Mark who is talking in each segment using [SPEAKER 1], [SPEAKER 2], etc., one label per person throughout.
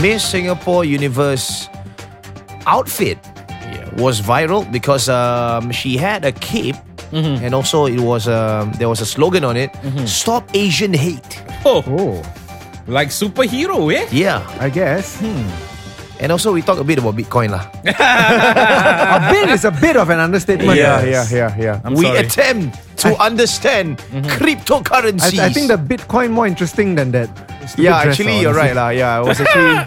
[SPEAKER 1] Miss Singapore Universe outfit was viral because um, she had a cape.
[SPEAKER 2] Mm-hmm.
[SPEAKER 1] And also, it was um, there was a slogan on it: "Stop Asian Hate."
[SPEAKER 3] Oh,
[SPEAKER 2] Oh,
[SPEAKER 3] like superhero, eh?
[SPEAKER 1] Yeah,
[SPEAKER 2] I guess.
[SPEAKER 1] Hmm. and also we talk a bit about Bitcoin lah.
[SPEAKER 2] a bit is a bit of an understatement.
[SPEAKER 3] Yes.
[SPEAKER 2] Yeah, yeah, yeah, yeah.
[SPEAKER 3] I'm
[SPEAKER 1] we
[SPEAKER 3] sorry.
[SPEAKER 1] attempt to understand
[SPEAKER 2] I,
[SPEAKER 1] cryptocurrencies.
[SPEAKER 2] Mm-hmm. I think the Bitcoin more interesting than that. stupid
[SPEAKER 1] yeah,
[SPEAKER 2] dress,
[SPEAKER 1] actually, you're right
[SPEAKER 2] honestly.
[SPEAKER 1] lah. Yeah, I was actually.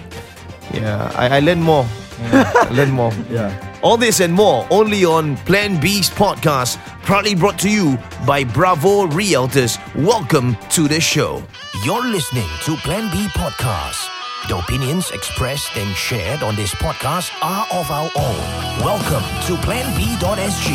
[SPEAKER 1] yeah, I, I learned more. I learned more.
[SPEAKER 2] Yeah.
[SPEAKER 1] All this and more only on Plan B's podcast, proudly brought to you by Bravo Realtors. Welcome to the show. You're listening to Plan B Podcast. The opinions expressed and shared on this podcast are of our own. Welcome to planb.sg.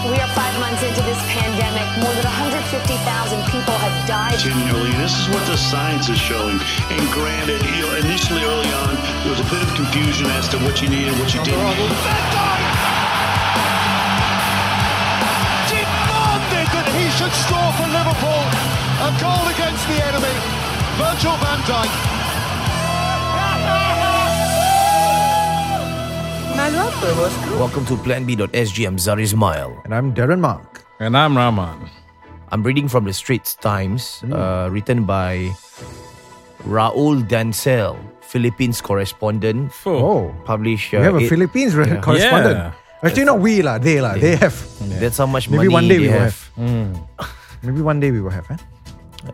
[SPEAKER 4] We are five months into this pandemic. More than 150,000 people have died.
[SPEAKER 5] continually. This is what the science is showing. And granted, you know, initially early on, there was a bit of confusion as to what you needed, what you didn't. need.
[SPEAKER 6] demanded that he should score for Liverpool. A goal against the enemy. Virgil van Dijk.
[SPEAKER 1] Welcome to planb.sg. I'm Zari Ismail.
[SPEAKER 2] And I'm Darren Mark.
[SPEAKER 3] And I'm Rahman.
[SPEAKER 1] I'm reading from the Straits Times,
[SPEAKER 2] Hmm.
[SPEAKER 1] uh, written by Raul Dancel, Philippines correspondent,
[SPEAKER 3] Oh.
[SPEAKER 2] Oh,
[SPEAKER 1] published.
[SPEAKER 2] we
[SPEAKER 1] Uh,
[SPEAKER 2] have a
[SPEAKER 1] it-
[SPEAKER 2] Philippines re- correspondent.
[SPEAKER 3] Yeah.
[SPEAKER 2] Actually, not we lah. They lah. They have.
[SPEAKER 1] That's how much
[SPEAKER 2] Maybe
[SPEAKER 1] money
[SPEAKER 2] one day
[SPEAKER 1] they
[SPEAKER 2] we will
[SPEAKER 1] have.
[SPEAKER 2] have. Maybe one day we will have. Eh?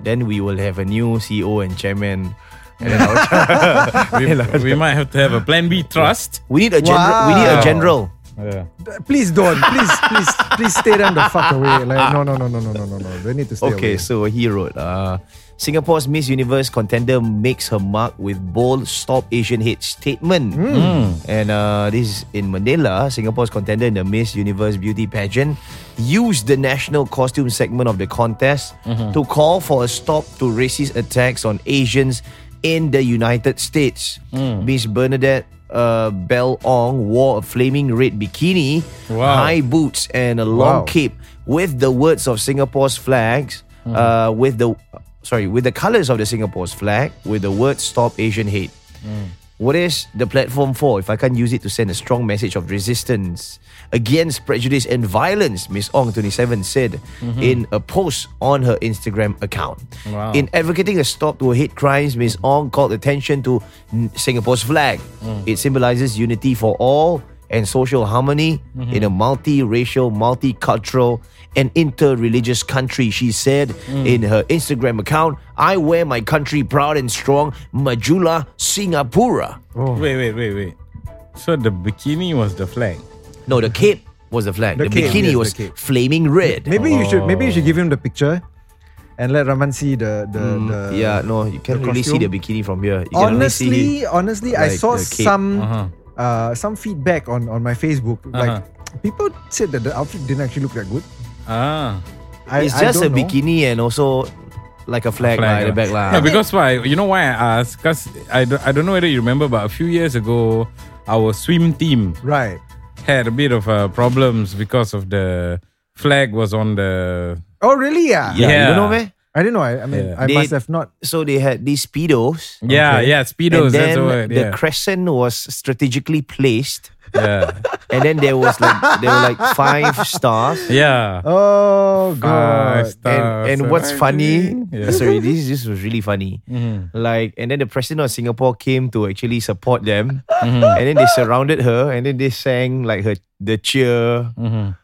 [SPEAKER 1] Then we will have a new CEO and chairman. And then our-
[SPEAKER 3] We, we might have to have a Plan B trust.
[SPEAKER 1] we need a general. We need a
[SPEAKER 2] Wow.
[SPEAKER 1] general.
[SPEAKER 3] Yeah.
[SPEAKER 2] Please don't. Please, please, please stay them the fuck away. Like no, no, no, no, no, no, no, no. They need to stay
[SPEAKER 1] Okay,
[SPEAKER 2] away.
[SPEAKER 1] so he wrote, uh, Singapore's Miss Universe contender makes her mark with bold "Stop Asian Hate" statement,
[SPEAKER 2] Hmm.
[SPEAKER 1] and uh, this is in Manila. Singapore's contender in the Miss Universe beauty pageant used the national costume segment of the contest
[SPEAKER 2] Mm-hmm.
[SPEAKER 1] to call for a stop to racist attacks on Asians in the United States.
[SPEAKER 2] Hmm.
[SPEAKER 1] Miss Bernadette. Uh, Bell Ong wore a flaming red bikini,
[SPEAKER 3] Wow.
[SPEAKER 1] high boots, and a long
[SPEAKER 2] Wow.
[SPEAKER 1] cape cape with the words of Singapore's flags, uh, with the sorry, with the colors of the Singapore's flag, with the word "Stop Asian Hate." What is the platform for if I can't use it to send a strong message of resistance against prejudice and violence? Miss Ong, 27, said in a post on her Instagram account.
[SPEAKER 3] Wow.
[SPEAKER 1] In advocating a stop to hate crimes, Miss Ong called attention to n- Singapore's flag.
[SPEAKER 2] Mm.
[SPEAKER 1] It symbolizes unity for all and social harmony
[SPEAKER 2] Mm-hmm.
[SPEAKER 1] in a multi-racial, multicultural, and inter-religious country. She said
[SPEAKER 2] Mm.
[SPEAKER 1] in her Instagram account, "I wear my country proud and strong, Majula Singapura."
[SPEAKER 3] Wait, wait, wait, wait. So the bikini was the flag.
[SPEAKER 1] No, the cape was the flag. The,
[SPEAKER 2] The cape,
[SPEAKER 1] bikini
[SPEAKER 2] yes,
[SPEAKER 1] was
[SPEAKER 2] the cape.
[SPEAKER 1] flaming red.
[SPEAKER 2] Maybe you should. Maybe you
[SPEAKER 1] Oh.
[SPEAKER 2] should give him the picture, and let Raman see the the. the
[SPEAKER 1] Hmm. yeah, no, you can't
[SPEAKER 2] uh, the
[SPEAKER 1] really see the bikini
[SPEAKER 2] costume?
[SPEAKER 1] from here. You can only see
[SPEAKER 2] honestly, honestly, I
[SPEAKER 1] like
[SPEAKER 2] saw
[SPEAKER 1] the cape. Uh-huh.
[SPEAKER 2] some uh, some feedback on on my Facebook. Like people said that the outfit didn't actually look that good.
[SPEAKER 3] Ah.
[SPEAKER 2] I,
[SPEAKER 1] it's
[SPEAKER 2] I
[SPEAKER 1] just a
[SPEAKER 2] don't know.
[SPEAKER 1] bikini and also like a flag, lah, at the back lah.
[SPEAKER 3] No, because why? You know why I asked? Because I don't, I don't know whether you remember, but a few years ago, our swim team
[SPEAKER 2] Right.
[SPEAKER 3] had a bit of uh, problems because of the flag was on the.
[SPEAKER 2] Oh really? Yeah.
[SPEAKER 1] yeah, you don't know
[SPEAKER 3] Yeah.
[SPEAKER 1] meh?
[SPEAKER 2] I don't know. I, I mean,
[SPEAKER 3] Yeah.
[SPEAKER 2] I
[SPEAKER 1] They-
[SPEAKER 2] must have not.
[SPEAKER 1] So they had these speedos.
[SPEAKER 3] Yeah, yeah,
[SPEAKER 1] and
[SPEAKER 3] speedos.
[SPEAKER 1] then
[SPEAKER 3] that's the word.
[SPEAKER 1] the
[SPEAKER 3] yeah.
[SPEAKER 1] crescent was strategically placed,
[SPEAKER 3] yeah,
[SPEAKER 1] and then there was like there were like five stars.
[SPEAKER 3] yeah.
[SPEAKER 2] Oh
[SPEAKER 3] Five stars.
[SPEAKER 2] god.
[SPEAKER 1] and, and what's
[SPEAKER 3] I
[SPEAKER 1] funny?
[SPEAKER 3] think. Uh, Yeah. Mm-hmm.
[SPEAKER 1] Sorry, this this was really funny. Like, and then the president of Singapore came to actually support them,
[SPEAKER 3] Mm-hmm.
[SPEAKER 1] and then they surrounded her, and then they sang like her the cheer,
[SPEAKER 3] Mm-hmm.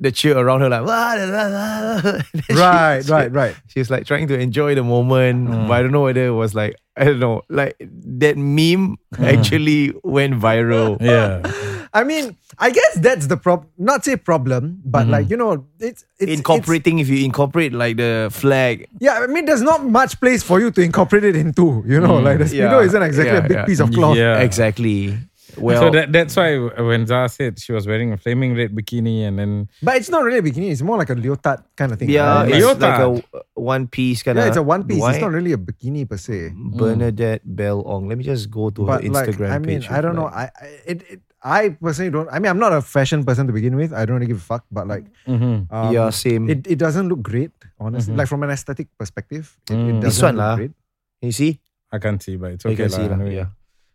[SPEAKER 1] the cheer around her like. "Wah, la, la, la." And then she-
[SPEAKER 2] Right.
[SPEAKER 1] she-
[SPEAKER 2] Right. Right.
[SPEAKER 1] She's like trying to enjoy the moment,
[SPEAKER 3] Mm-hmm.
[SPEAKER 1] but I don't know whether it was like I don't know, like that meme actually went viral.
[SPEAKER 3] Mm-hmm. yeah.
[SPEAKER 2] I mean, I guess that's the problem. Not say problem, but
[SPEAKER 1] Mm-hmm.
[SPEAKER 2] like you know, it's it's it's-
[SPEAKER 1] Incorporating if you incorporate like the flag
[SPEAKER 2] Yeah, I mean, there's not much place for you to incorporate it into. You know, like the speedo
[SPEAKER 1] yeah,
[SPEAKER 2] isn't exactly
[SPEAKER 1] Mm. yeah,
[SPEAKER 2] a big
[SPEAKER 1] yeah.
[SPEAKER 2] piece of cloth.
[SPEAKER 3] Yeah.
[SPEAKER 1] exactly. Well,
[SPEAKER 3] so that, that's why when Zah said she was wearing a flaming red bikini and then
[SPEAKER 2] But it's not really a bikini. It's more like a leotard kind of thing.
[SPEAKER 1] Yeah,
[SPEAKER 2] right?
[SPEAKER 1] it's
[SPEAKER 3] Leotard.
[SPEAKER 1] like a uh, one piece kind of.
[SPEAKER 2] yeah, it's a one piece. It's not really a bikini per se.
[SPEAKER 1] Bernadette Bell Ong. Let me just go to
[SPEAKER 2] But
[SPEAKER 1] her
[SPEAKER 2] like,
[SPEAKER 1] Instagram
[SPEAKER 2] I mean,
[SPEAKER 1] page.
[SPEAKER 2] I don't know. I I, it, it, I personally don't. I mean, I'm not a fashion person to begin with. I don't really give a fuck. But like, um,
[SPEAKER 1] Mm-hmm. yeah, same. Mm-hmm.
[SPEAKER 2] it, it doesn't look great, honestly. Like from an aesthetic perspective, it, it doesn't
[SPEAKER 1] This one
[SPEAKER 2] look
[SPEAKER 1] lah.
[SPEAKER 2] great.
[SPEAKER 1] you see,
[SPEAKER 3] I can't see, but it's
[SPEAKER 1] You can
[SPEAKER 3] okay.
[SPEAKER 1] see lah,
[SPEAKER 3] lah, anyway.
[SPEAKER 1] yeah.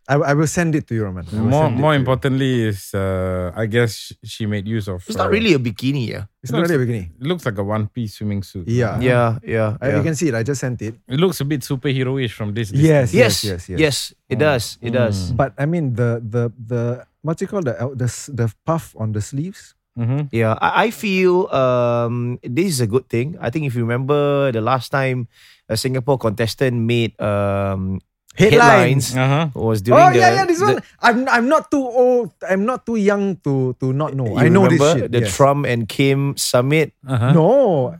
[SPEAKER 2] I, I will send it to you, Roman. I will
[SPEAKER 3] More,
[SPEAKER 2] send it
[SPEAKER 3] more
[SPEAKER 2] to you.
[SPEAKER 3] importantly is uh, I guess sh- she made use of.
[SPEAKER 7] It's
[SPEAKER 3] uh,
[SPEAKER 7] not really a bikini, yeah.
[SPEAKER 2] It's not really a bikini.
[SPEAKER 3] It looks like a one piece swimming suit.
[SPEAKER 1] Yeah,
[SPEAKER 2] Yeah.
[SPEAKER 1] yeah.
[SPEAKER 2] I,
[SPEAKER 1] yeah.
[SPEAKER 2] Uh-huh. Uh, You can see it. I just sent it.
[SPEAKER 3] It looks a bit superheroish from this.
[SPEAKER 2] Yes,
[SPEAKER 1] yes, yes,
[SPEAKER 2] yes, yes. Mm.
[SPEAKER 1] yes, It does. It does.
[SPEAKER 2] But I mean the the the what's it called the el- the s- the puff on the sleeves.
[SPEAKER 3] Mm-hmm.
[SPEAKER 1] Yeah, I, I feel um, this is a good thing. I think if you remember the last time a Singapore contestant made um, headlines,
[SPEAKER 3] Uh huh.
[SPEAKER 1] was during
[SPEAKER 2] Oh
[SPEAKER 1] the
[SPEAKER 2] yeah, yeah. This
[SPEAKER 1] the-
[SPEAKER 2] one. I'm I'm not too old. I'm not too young to to not know.
[SPEAKER 1] you
[SPEAKER 2] I know this
[SPEAKER 1] remember
[SPEAKER 2] shit.
[SPEAKER 1] the
[SPEAKER 2] yes.
[SPEAKER 1] Trump and Kim summit.
[SPEAKER 3] Uh huh.
[SPEAKER 2] No,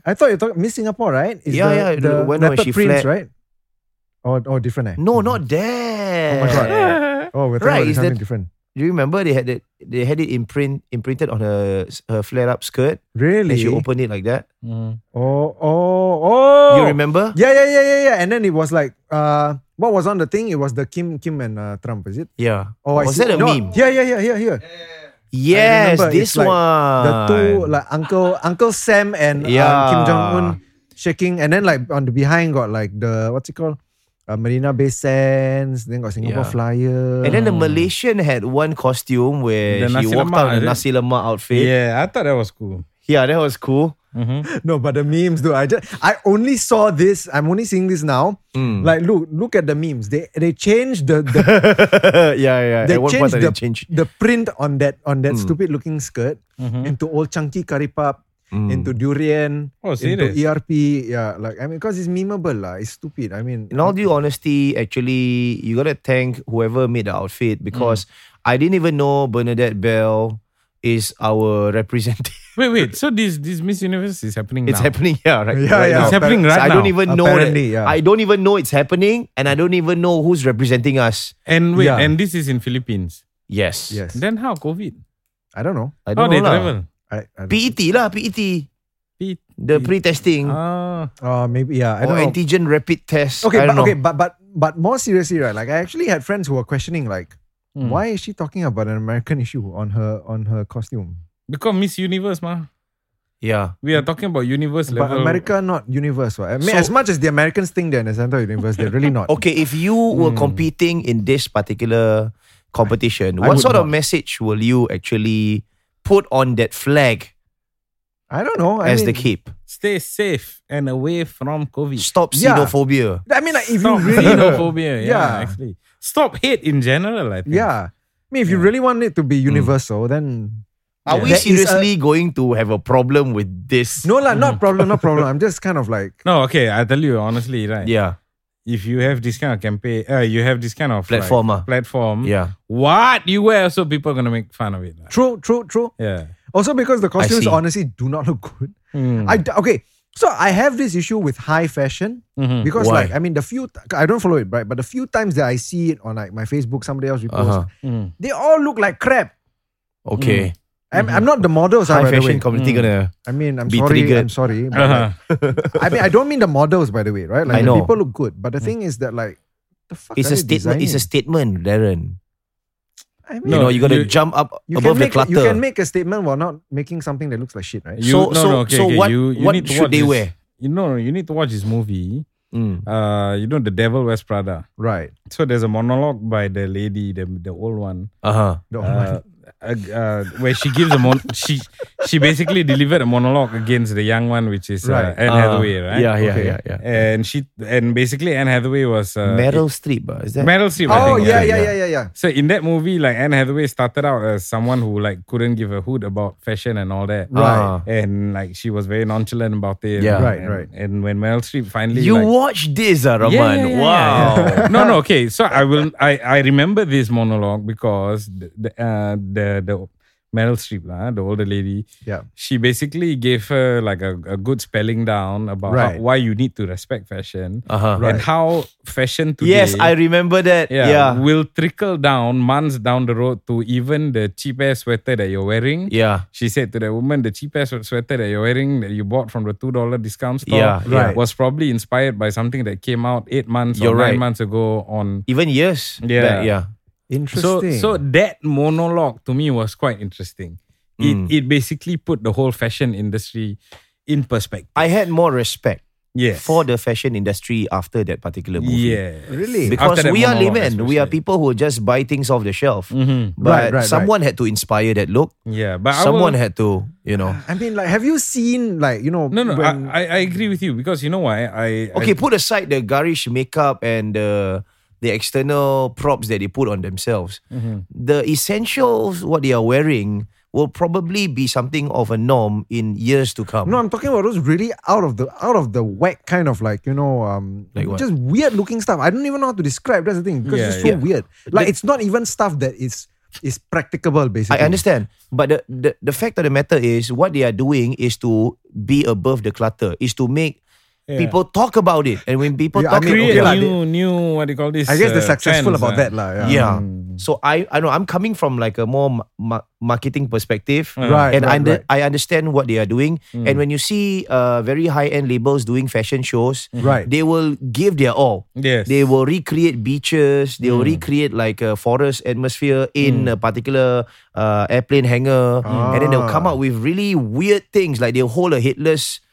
[SPEAKER 2] I thought you talking Miss Singapore, right? It's
[SPEAKER 1] Yeah,
[SPEAKER 2] the,
[SPEAKER 1] yeah,
[SPEAKER 2] The
[SPEAKER 1] when was
[SPEAKER 2] leopard
[SPEAKER 1] she
[SPEAKER 2] prints,
[SPEAKER 1] flat?
[SPEAKER 2] right? Or or different? Eh?
[SPEAKER 1] No, not that.
[SPEAKER 2] Oh my God. Oh, we're talking
[SPEAKER 1] Right,
[SPEAKER 2] about
[SPEAKER 1] is
[SPEAKER 2] something
[SPEAKER 1] that-
[SPEAKER 2] different.
[SPEAKER 1] Do you remember they had it? They had it imprint imprinted on her her flare up skirt, and
[SPEAKER 2] Really?
[SPEAKER 1] she opened it like that.
[SPEAKER 2] Oh, oh, oh!
[SPEAKER 1] You remember?
[SPEAKER 2] Yeah, yeah, yeah, yeah, yeah. And then it was like, uh, what was on the thing? It was the Kim, Kim and uh, Trump, is it?
[SPEAKER 1] Yeah.
[SPEAKER 2] Oh, I
[SPEAKER 1] was
[SPEAKER 2] see.
[SPEAKER 1] that a
[SPEAKER 2] No,
[SPEAKER 1] meme?
[SPEAKER 2] Yeah, yeah, yeah, yeah, yeah. I
[SPEAKER 1] Yes,
[SPEAKER 2] remember
[SPEAKER 1] this
[SPEAKER 2] it's like
[SPEAKER 1] one.
[SPEAKER 2] The two like Uncle Uncle Sam and uh,
[SPEAKER 1] Yeah.
[SPEAKER 2] Kim Jong Un shaking, and then like on the behind got like the what's it called? Uh, Marina Bay Sands. Then got Singapore
[SPEAKER 1] Yeah.
[SPEAKER 2] Flyer.
[SPEAKER 1] And then the Malaysian had one costume where
[SPEAKER 3] The
[SPEAKER 1] she
[SPEAKER 3] nasi
[SPEAKER 1] walked
[SPEAKER 3] lemak,
[SPEAKER 1] out in a
[SPEAKER 3] is it?
[SPEAKER 1] nasi lemak outfit. Yeah.
[SPEAKER 3] Yeah, I thought that was cool.
[SPEAKER 1] that was cool.
[SPEAKER 2] No, but the memes, though. I just I only saw this. I'm only seeing this now.
[SPEAKER 1] Hmm.
[SPEAKER 2] Like, look, look at the memes. They they changed the, the
[SPEAKER 1] yeah, yeah.
[SPEAKER 2] they
[SPEAKER 1] At one point
[SPEAKER 2] changed
[SPEAKER 1] I
[SPEAKER 2] the,
[SPEAKER 1] didn't change. Hmm.
[SPEAKER 2] the print on that on that stupid looking skirt
[SPEAKER 3] Mm-hmm.
[SPEAKER 2] into old chunky curry pup.
[SPEAKER 1] Hmm.
[SPEAKER 2] Into durian,
[SPEAKER 3] Oh, serious?
[SPEAKER 2] into ERP, yeah, like I mean, because it's memeable, lah. It's stupid. I mean,
[SPEAKER 1] In all due honesty, actually, you gotta thank whoever made the outfit because
[SPEAKER 2] Mm.
[SPEAKER 1] I didn't even know Bernadette Bell is our representative.
[SPEAKER 3] Wait, wait. So this this Miss Universe is happening
[SPEAKER 1] It's
[SPEAKER 3] now.
[SPEAKER 1] happening yeah, right?
[SPEAKER 2] Yeah,
[SPEAKER 1] right
[SPEAKER 2] yeah.
[SPEAKER 1] now.
[SPEAKER 3] It's happening
[SPEAKER 1] So
[SPEAKER 3] right
[SPEAKER 1] I don't
[SPEAKER 3] now.
[SPEAKER 1] even know. That,
[SPEAKER 2] Apparently, yeah.
[SPEAKER 1] I don't even know it's happening, and I don't even know who's representing us.
[SPEAKER 3] And wait,
[SPEAKER 2] Yeah.
[SPEAKER 3] and this is in Philippines.
[SPEAKER 1] Yes.
[SPEAKER 2] yes,
[SPEAKER 3] Then how COVID?
[SPEAKER 2] I don't know.
[SPEAKER 1] I
[SPEAKER 3] How
[SPEAKER 1] don't
[SPEAKER 3] Oh, they
[SPEAKER 1] know. lah.
[SPEAKER 3] travel?
[SPEAKER 2] I, I don't-
[SPEAKER 1] PET lah, PET.
[SPEAKER 3] P-
[SPEAKER 1] The pre-testing.
[SPEAKER 3] Ah,
[SPEAKER 2] uh, maybe yeah. E I
[SPEAKER 1] or
[SPEAKER 2] don't know.
[SPEAKER 1] antigen rapid test. I
[SPEAKER 2] okay, but,
[SPEAKER 1] don't
[SPEAKER 2] okay,
[SPEAKER 1] know.
[SPEAKER 2] but but but more seriously, right? Like I actually had friends who were questioning, like,
[SPEAKER 1] Hmm.
[SPEAKER 3] Mm.
[SPEAKER 2] why is she talking about an American issue on her on her costume?
[SPEAKER 3] because Miss Universe, ma.
[SPEAKER 1] Yeah.
[SPEAKER 3] We are talking about universe
[SPEAKER 2] But
[SPEAKER 3] level.
[SPEAKER 2] America, not universe. Right? I mean,
[SPEAKER 1] So-
[SPEAKER 2] as much as the Americans think they're in the center of the universe, they're really not.
[SPEAKER 1] Okay, if you were competing in this particular competition,
[SPEAKER 2] Hmm. I
[SPEAKER 1] what
[SPEAKER 2] would
[SPEAKER 1] sort of
[SPEAKER 2] not.
[SPEAKER 1] message will you actually put on that flag
[SPEAKER 2] I don't know. I
[SPEAKER 1] as
[SPEAKER 2] mean,
[SPEAKER 1] the keep?
[SPEAKER 3] Stay safe and away from COVID.
[SPEAKER 1] Stop
[SPEAKER 2] Yeah.
[SPEAKER 1] xenophobia.
[SPEAKER 2] I mean, like, if
[SPEAKER 3] Stop
[SPEAKER 2] you really know.
[SPEAKER 3] xenophobia. Yeah,
[SPEAKER 2] Yeah.
[SPEAKER 3] actually. Stop hate in general, I think.
[SPEAKER 2] Yeah. I mean, if you really want it to be
[SPEAKER 1] Hmm.
[SPEAKER 2] universal, then.
[SPEAKER 1] Are we
[SPEAKER 2] There is a-
[SPEAKER 1] seriously going to have a problem with this?
[SPEAKER 2] No, lah,
[SPEAKER 1] Hmm.
[SPEAKER 2] not problem, not problem. I'm just kind of like.
[SPEAKER 3] No, okay, I tell you honestly, right?
[SPEAKER 1] Yeah.
[SPEAKER 3] If you have this kind of campaign, uh, you have this kind of like,
[SPEAKER 1] Platform, ah.
[SPEAKER 3] platform.
[SPEAKER 1] Yeah.
[SPEAKER 3] What you wear, so people are gonna make fun of it. lah.
[SPEAKER 2] True, true, true.
[SPEAKER 3] Yeah.
[SPEAKER 2] Also, because the costumes
[SPEAKER 1] see.
[SPEAKER 2] honestly do not look good.
[SPEAKER 1] Hmm.
[SPEAKER 2] I d- okay. So I have this issue with high fashion because,
[SPEAKER 1] Hmm. Why?
[SPEAKER 2] like, I mean, the few t- I don't follow it, right? But the few times that I see it on like my Facebook, somebody else reposts,
[SPEAKER 1] Uh-huh.
[SPEAKER 2] they all look like crap. Hmm.
[SPEAKER 1] Okay.
[SPEAKER 2] I'm, I'm not the models.
[SPEAKER 1] Mm-hmm. High
[SPEAKER 2] ah, by the
[SPEAKER 1] fashion
[SPEAKER 2] way.
[SPEAKER 1] community gonna
[SPEAKER 2] I mean, I'm
[SPEAKER 1] be
[SPEAKER 2] sorry.
[SPEAKER 1] triggered.
[SPEAKER 2] I'm sorry. But
[SPEAKER 3] Uh-huh.
[SPEAKER 2] like, I mean, I don't mean the models, by the way, right?
[SPEAKER 1] I
[SPEAKER 2] Like, the
[SPEAKER 1] know. Hmm.
[SPEAKER 2] people look good, but the thing is that like, the fuck
[SPEAKER 1] it's a
[SPEAKER 2] are they
[SPEAKER 1] statement. It's a
[SPEAKER 2] designing?
[SPEAKER 1] statement, Darren.
[SPEAKER 2] I mean,
[SPEAKER 1] you know, you gotta
[SPEAKER 3] you-
[SPEAKER 1] jump up
[SPEAKER 2] you
[SPEAKER 1] above
[SPEAKER 2] can
[SPEAKER 1] the
[SPEAKER 2] make
[SPEAKER 1] clutter.
[SPEAKER 2] you can make a statement while not making something that looks like shit, right?
[SPEAKER 3] You-
[SPEAKER 1] So-
[SPEAKER 3] no,
[SPEAKER 1] so-
[SPEAKER 3] no, okay,
[SPEAKER 1] so
[SPEAKER 3] okay,
[SPEAKER 1] what-
[SPEAKER 3] you, you
[SPEAKER 1] what
[SPEAKER 3] need to
[SPEAKER 1] should
[SPEAKER 3] watch
[SPEAKER 1] they
[SPEAKER 3] this-
[SPEAKER 1] wear?
[SPEAKER 3] You know, you need to watch this movie.
[SPEAKER 1] Mm.
[SPEAKER 3] Uh, you know, The Devil Wears Prada.
[SPEAKER 2] Right.
[SPEAKER 3] So there's a monologue by the lady, the the old one.
[SPEAKER 1] Uh-huh.
[SPEAKER 2] The
[SPEAKER 3] uh, uh, where she gives a mon- she she basically delivered a monologue against the young one, which is
[SPEAKER 2] Right. Ah.
[SPEAKER 3] uh, Anne
[SPEAKER 1] Uh,
[SPEAKER 3] Hathaway, right?
[SPEAKER 1] Yeah, yeah,
[SPEAKER 2] Okay.
[SPEAKER 1] yeah, yeah.
[SPEAKER 3] And she and basically Anne Hathaway was uh,
[SPEAKER 1] Meryl Streep, ah, is that?
[SPEAKER 3] Meryl Streep. I
[SPEAKER 2] oh
[SPEAKER 3] think,
[SPEAKER 2] yeah, yeah, yeah, yeah, yeah.
[SPEAKER 3] So in that movie, like Anne Hathaway started out as someone who like couldn't give a hoot about fashion and all that,
[SPEAKER 1] Right. Ah.
[SPEAKER 3] And like she was very nonchalant about it.
[SPEAKER 1] Yeah.
[SPEAKER 2] Right,
[SPEAKER 3] And-
[SPEAKER 2] right.
[SPEAKER 3] And when Meryl Streep finally
[SPEAKER 1] You
[SPEAKER 3] like,
[SPEAKER 1] watch this, ah, Raman.
[SPEAKER 3] Yeah, yeah, yeah,
[SPEAKER 1] wow.
[SPEAKER 3] yeah, yeah. no, no. Okay, so I will. I I remember this monologue because the the uh, the, the Meryl Streep, lah, the older lady.
[SPEAKER 2] Yeah.
[SPEAKER 3] She basically gave her like a, a good spelling down about how-
[SPEAKER 2] Right.
[SPEAKER 3] why you need to respect fashion
[SPEAKER 1] Uh-huh.
[SPEAKER 3] and how fashion today.
[SPEAKER 1] Yes, I remember that.
[SPEAKER 3] yeah,
[SPEAKER 1] Yeah.
[SPEAKER 3] will trickle down months down the road to even the cheap ass sweater that you're wearing.
[SPEAKER 1] Yeah.
[SPEAKER 3] She said to the woman, the cheap ass sweater that you're wearing that you bought from the two dollar discount store
[SPEAKER 1] Yeah,
[SPEAKER 2] yeah.
[SPEAKER 3] was probably inspired by something that came out eight months or
[SPEAKER 1] You're right.
[SPEAKER 3] nine months ago on
[SPEAKER 1] Even years.
[SPEAKER 3] Yeah.
[SPEAKER 1] back, yeah.
[SPEAKER 3] so
[SPEAKER 2] Interesting.
[SPEAKER 3] so that monologue to me was quite interesting.
[SPEAKER 1] Mm.
[SPEAKER 3] It it basically put the whole fashion industry in perspective.
[SPEAKER 1] I had more respect.
[SPEAKER 3] Yes.
[SPEAKER 1] for the fashion industry after that particular movie.
[SPEAKER 3] Yeah.
[SPEAKER 2] Really?
[SPEAKER 1] Because
[SPEAKER 3] After that
[SPEAKER 1] we are
[SPEAKER 3] monologue,
[SPEAKER 1] laymen, we are
[SPEAKER 3] especially. Mm-hmm.
[SPEAKER 1] people who just buy things off the shelf.
[SPEAKER 2] Right,
[SPEAKER 1] But
[SPEAKER 2] right,
[SPEAKER 1] someone had to inspire that look.
[SPEAKER 3] Yeah, but I
[SPEAKER 1] someone
[SPEAKER 3] will-
[SPEAKER 1] had to, you know.
[SPEAKER 2] I mean, like, have you seen like you know?
[SPEAKER 3] No, no,
[SPEAKER 2] when-
[SPEAKER 3] I, I, I agree with you because you know why I
[SPEAKER 1] Okay,
[SPEAKER 3] I,
[SPEAKER 1] put aside the garish makeup and the the external props that they put on themselves.
[SPEAKER 2] Mm-hmm.
[SPEAKER 1] The essentials, what they are wearing, will probably be something of a norm in years to come.
[SPEAKER 2] no, I'm talking about those really out of the out of the whack kind of like you know, um,
[SPEAKER 1] Like what?
[SPEAKER 2] just weird looking stuff. I don't even know how to describe. That's the thing because
[SPEAKER 3] Yeah,
[SPEAKER 2] it's so
[SPEAKER 3] yeah.
[SPEAKER 2] weird. Like it's not even stuff that is is practicable. Basically,
[SPEAKER 1] I understand. But the, the, the fact of the matter is, what they are doing is to be above the clutter, is to make people talk about it. And when people
[SPEAKER 2] Yeah, I
[SPEAKER 1] talk
[SPEAKER 2] mean,
[SPEAKER 1] about
[SPEAKER 3] create
[SPEAKER 1] it,
[SPEAKER 2] okay lah,
[SPEAKER 3] new new what do you call this?
[SPEAKER 2] I guess they're
[SPEAKER 3] uh,
[SPEAKER 2] successful
[SPEAKER 3] trends,
[SPEAKER 2] about
[SPEAKER 3] ah.
[SPEAKER 2] that, lah. Yeah. Mm.
[SPEAKER 1] yeah. So I I know I'm coming from like a more ma- ma- marketing perspective,
[SPEAKER 2] Right,
[SPEAKER 1] And I,
[SPEAKER 2] right, Mm.
[SPEAKER 1] under- I understand what they are doing. And when you see uh, very high end labels doing fashion shows,
[SPEAKER 2] Right.
[SPEAKER 1] They will give their all.
[SPEAKER 3] Yes.
[SPEAKER 1] They will recreate beaches. They will
[SPEAKER 2] Hmm.
[SPEAKER 1] recreate like a forest atmosphere in a particular uh, airplane hangar, and then
[SPEAKER 2] Ah.
[SPEAKER 1] they'll come out with really weird things. Like they'll hold a headless.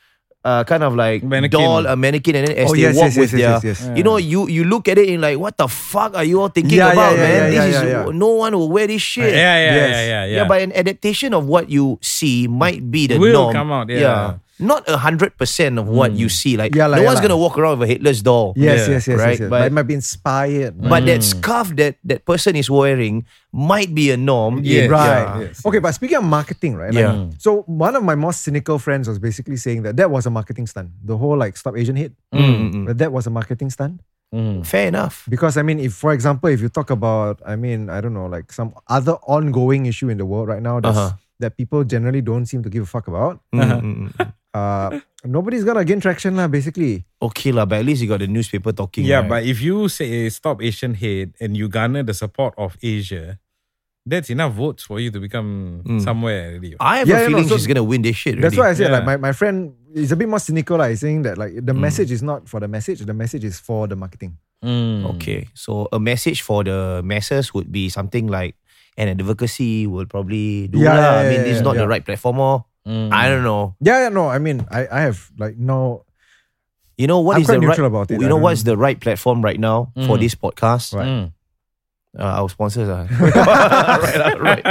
[SPEAKER 1] Uh, kind of like
[SPEAKER 3] Mannequin.
[SPEAKER 1] doll, a mannequin, and then as
[SPEAKER 2] Oh,
[SPEAKER 1] they
[SPEAKER 2] yes,
[SPEAKER 1] walk
[SPEAKER 2] yes,
[SPEAKER 1] with
[SPEAKER 2] yes,
[SPEAKER 1] their,
[SPEAKER 2] yes, yes, yes.
[SPEAKER 1] you know, you you look at it in like, what the fuck are you all thinking
[SPEAKER 2] Yeah, yeah,
[SPEAKER 1] about,
[SPEAKER 2] yeah,
[SPEAKER 1] man?
[SPEAKER 2] yeah,
[SPEAKER 1] this
[SPEAKER 2] yeah,
[SPEAKER 1] is
[SPEAKER 2] yeah, yeah.
[SPEAKER 1] no one will wear this shit.
[SPEAKER 3] Yeah, yeah,
[SPEAKER 2] Yes.
[SPEAKER 3] yeah, yeah, yeah.
[SPEAKER 1] Yeah, but an adaptation of what you see might be the
[SPEAKER 3] Will
[SPEAKER 1] norm.
[SPEAKER 3] come out, yeah.
[SPEAKER 1] Not a hundred percent of what you see. Like
[SPEAKER 2] Hmm. Yeah lah,
[SPEAKER 1] no
[SPEAKER 2] yeah
[SPEAKER 1] one's
[SPEAKER 2] lah.
[SPEAKER 1] gonna walk around with a headless doll.
[SPEAKER 2] Yes, yes, yes, yes,
[SPEAKER 1] Right,
[SPEAKER 2] yes. But,
[SPEAKER 1] but-
[SPEAKER 2] it might be inspired. Mm.
[SPEAKER 1] But that
[SPEAKER 3] Mm.
[SPEAKER 1] scarf that that person is wearing might be a norm.
[SPEAKER 3] Yes.
[SPEAKER 2] Right.
[SPEAKER 3] Yeah. Yes,
[SPEAKER 2] okay, but speaking of marketing, right?
[SPEAKER 1] Yeah.
[SPEAKER 2] Like, so one of my more cynical friends was basically saying that that was a marketing stunt. The whole like stop Asian hit.
[SPEAKER 1] Mm,
[SPEAKER 2] That that was a marketing stunt.
[SPEAKER 3] Mm.
[SPEAKER 1] Fair enough.
[SPEAKER 2] Because I mean, if for example, if you talk about, I mean, I don't know, like some other ongoing issue in the world right now that's,
[SPEAKER 1] Uh-huh.
[SPEAKER 2] that people generally don't seem to give a fuck about,
[SPEAKER 1] Mm,
[SPEAKER 2] uh, nobody's gonna gain traction lah. Basically,
[SPEAKER 1] Okay lah, but at least you got the newspaper talking.
[SPEAKER 3] Yeah,
[SPEAKER 1] right?
[SPEAKER 3] but if you say eh, stop Asian hate and you garner the support of Asia, that's enough votes for you to become
[SPEAKER 1] Mm.
[SPEAKER 3] somewhere already.
[SPEAKER 1] I have a
[SPEAKER 2] Yeah, yeah, no,
[SPEAKER 1] feeling
[SPEAKER 2] so-
[SPEAKER 1] she's gonna win this shit.
[SPEAKER 2] that's why I
[SPEAKER 1] really.
[SPEAKER 2] said like
[SPEAKER 3] Yeah.
[SPEAKER 2] my, my friend is a bit more cynical. Like saying that like
[SPEAKER 1] Mm.
[SPEAKER 2] the message is not for the message. The message is for the marketing.
[SPEAKER 3] Mm.
[SPEAKER 1] Okay, so a message for the masses would be something like an advocacy will probably do
[SPEAKER 2] Yeah,
[SPEAKER 1] lah.
[SPEAKER 2] yeah,
[SPEAKER 1] I mean,
[SPEAKER 2] yeah,
[SPEAKER 1] this is
[SPEAKER 2] yeah,
[SPEAKER 1] not the
[SPEAKER 2] yeah.
[SPEAKER 1] right platform. Or
[SPEAKER 3] Mm.
[SPEAKER 1] I don't know.
[SPEAKER 2] Yeah, yeah, no, I mean, I, I have like no.
[SPEAKER 1] You know what
[SPEAKER 2] I'm
[SPEAKER 1] is
[SPEAKER 2] quite
[SPEAKER 1] the right?
[SPEAKER 2] neutral about it.
[SPEAKER 1] You
[SPEAKER 2] I
[SPEAKER 1] know
[SPEAKER 2] don't
[SPEAKER 1] what's the right platform right now for this podcast?
[SPEAKER 2] Right.
[SPEAKER 3] Mm.
[SPEAKER 1] Uh, our sponsors are right, af- right,